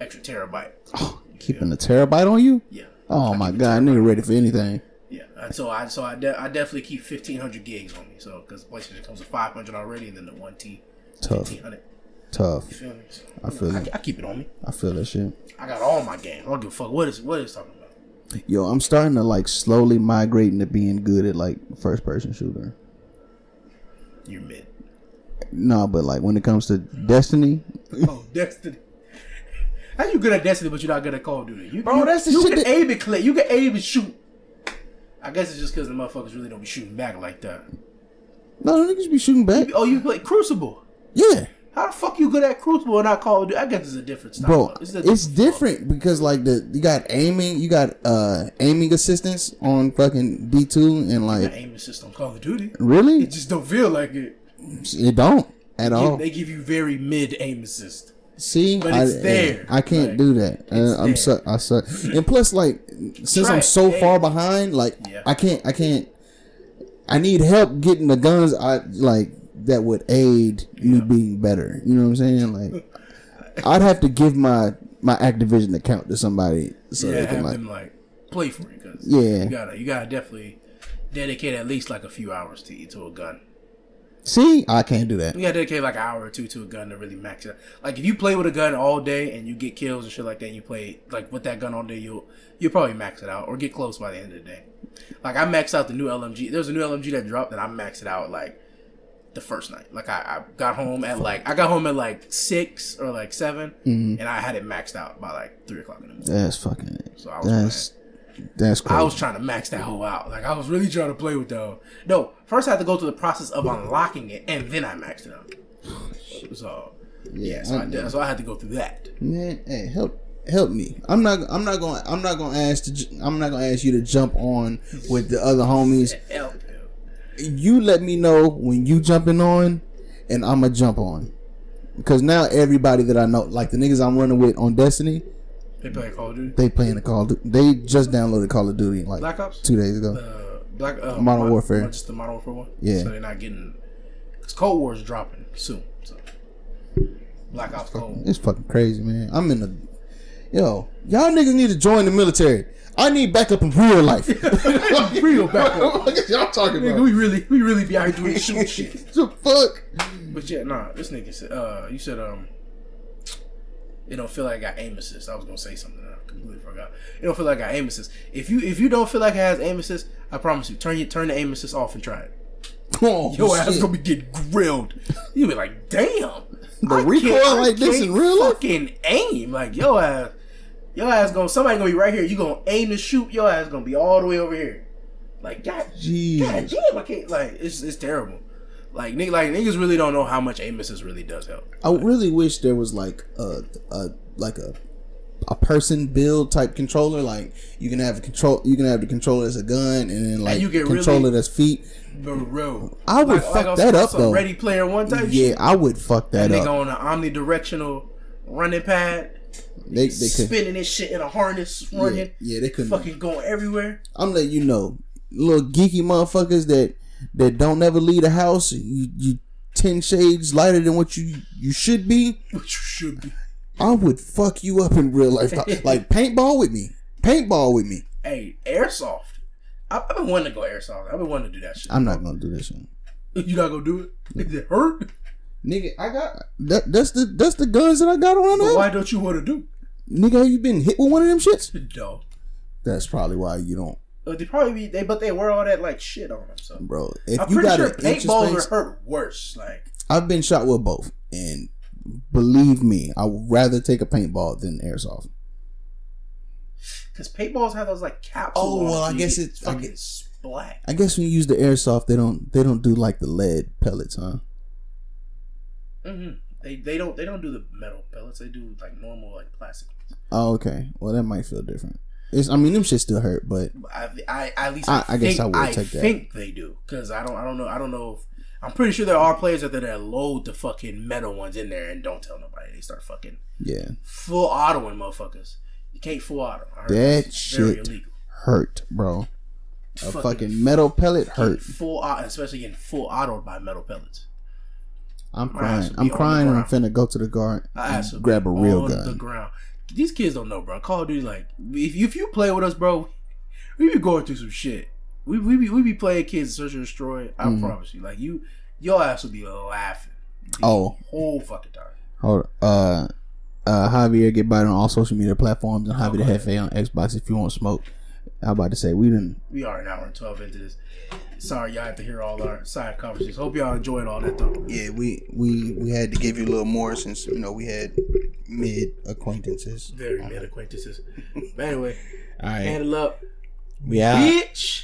extra terabyte.
Oh, keeping a terabyte on you?
Yeah,
Oh my god, nigga, ready for anything?
yeah. And so I so I, de- I definitely keep fifteen hundred gigs on me. So because PlayStation comes with five hundred already, and then the one T
Tough,
fifteen hundred. You
tough.
feel me? So,
I
you
feel
know,
you.
I, I keep it on me.
I feel that shit.
I got all my games. I don't give a fuck what is what is talking about.
Yo, I'm starting to like slowly migrate into being good at like first person shooter.
You're mid.
No, but like when it comes to Destiny,
Oh, Destiny. How you good at Destiny, but you're not good at Call of Duty? You,
Bro,
you,
that's the
you
shit
can
that-
aim and click. You can aim and shoot. I guess it's just because the motherfuckers really don't be shooting back like that.
no, niggas be shooting back.
Oh, you play Crucible.
Yeah,
How the fuck you good at Crucible and not Call of Duty? I guess it's a different style.
bro,
a
it's different because like the you got aiming, you got uh aiming assistance on fucking D two and
The
like
aim assist on Call of Duty. It
really
just don't feel like it.
it don't at all.
They give you very mid aim assist.
See,
But
I,
it's there.
I can't
Like,
do that. Uh, I'm
there.
su- I suck. And plus, like, since I'm
Track,
so
hey.
far behind, like,
Yeah.
I can't. I can't. I need help getting the guns. I like that would aid me being better. You know what I'm saying? Like, I'd have to give my my Activision account to somebody so
yeah,
they can
have
like.
them like play for it because
Yeah.
you gotta you gotta definitely dedicate at least like a few hours to to a gun.
See, I can't do that.
You gotta dedicate like an hour or two to a gun to really max it. out. Like if you play with a gun all day and you get kills and shit like that, and you play like with that gun all day, you'll you'll probably max it out or get close by the end of the day. Like I maxed out the new LMG. There's a new LMG that dropped, and I maxed it out like the first night. Like I, I got home at like I got home at like six or like 7 and I had it maxed out by like three o'clock in the morning.
That's fucking.
So I was
That's that's
I
crazy.
was trying to max that hoe out. Like I was really trying to play with that. hoe. No, first I had to go through the process of unlocking it, and then I maxed it out. So yeah, so I, did, so I had to go through that.
man hey help help me i'm not i'm not going to i'm not going to ask to j- i'm not going to ask you to jump on with the other homies
Hell,
you let me know when you jumping on and i'm gonna jump on because now everybody that i know like the niggas i'm running with on destiny
they play Call of Duty,
they playing the call of Du- they just downloaded call of duty like
Black Ops,
two days ago
uh, Black uh,
Modern
Mod-
Warfare.
Mod- just the Modern Warfare one.
Yeah.
so they're not getting because Cold War is dropping soon. So Black Ops Cold. War.
it's fucking crazy man i'm in the yo y'all niggas need to join the military i need backup in real life
Real backup.
What is y'all talking
Nigga,
about
we really, we really be out here doing shoot shit.
the fuck
But yeah, nah, this nigga said, uh, you said, um, it don't feel like I got aim assist. I was gonna say something that I completely forgot. It don't feel like I got aim assist. If you if you don't feel like it has aim assist, I promise you, turn your turn the aim assist off and try it.
Oh,
Your ass
shit.
gonna be getting grilled. You be like, damn. The
recoil like this in real life?
Fucking aim, like yo ass. Your ass gonna somebody gonna be right here. You gonna aim to shoot. Your ass gonna be all the way over here. Like god
Jesus.
God damn, I can't. Like, it's it's terrible. Like nigga, like niggas really don't know how much Amos's really does help.
I really wish there was like a, a like a a person build type controller. Like you can have a control, you can have the controller as a gun, and then like
you can
controller
really-
as feet.
Bro, bro.
I would fuck
on
that
some-
up
some
though.
Ready Player One type.
Yeah, I would fuck that
Nigga
up.
on an omnidirectional running pad,
They they could.
spinning this shit in a harness,
Yeah,
running,
yeah, they couldn't.
fucking going everywhere.
I'm letting you know, little geeky motherfuckers that that don't never leave the house. You you ten shades lighter than what you you should be.
Which you should be.
I would fuck you up in real life. like paintball with me, paintball with me.
Hey, airsoft. I- I've been wanting to go airsoft. I've been wanting to do that shit.
I'm not gonna do this shit.
You not gonna do it? Is it hurt?
Nigga, I got that, that's the that's the guns that I got around
But
there.
why don't you want to do
Nigga, have you been hit with one of them shits?
it? No.
That's probably why you don't,
But they probably be they, but they wear all that like shit on them. So
bro. If
I'm
you
pretty
got
sure
an interest
paintballs
base-
are hurt worse. Like
I've been shot with both, and believe me, I would rather take a paintball than airsoft.
because paintballs have those like capsules.
Oh,
on
well,
them,
I
so you
guess
get
it's- I
fucking
get-
splat.
I guess when you use the airsoft, they don't they don't do like the lead pellets, huh?
hmm They they don't they don't do the metal pellets. They do like normal like plastic.
Oh, okay. Well, that might feel different. It's, I mean, them shit still hurt, but
I, I at least
I-
I,
I guess
guess
I would
I,
take that.
think they do because I don't I don't know I don't know if I'm pretty sure there are players out there that load the fucking metal ones in there and don't tell nobody. They start fucking
yeah,
full auto and motherfuckers. You can't full auto. I heard
That
that's very
shit
illegal.
hurt, bro. A fucking metal pellet hurt.
full auto, especially getting full autoed by metal pellets.
I'm
My ass
crying.
would
I'm
be on the
crying. and I'm
ground.
finna go to the guard
I
and
asked him,
grab a real
on The
gun.
ground. These kids don't know, bro. Call of Duty, like, if you, if you play with us, bro, we be going through some shit. We we be, we be playing kids search and destroy. I
Mhm.
promise you, like you, your ass will be laughing. the
Oh.
whole fucking time.
Hold uh uh Javier get by on all social media platforms and
Oh,
Javier the
go ahead.
Hefe on Xbox if you want smoke. I'm about to say we didn't
We are an hour and twelve into this. Sorry, y'all have to hear all our side conversations. Hope y'all enjoyed all that though.
Yeah, we we we had to give you a little more since you know we had mid acquaintances.
Very mid acquaintances. But anyway,
all right.
handle up,
We out.
bitch.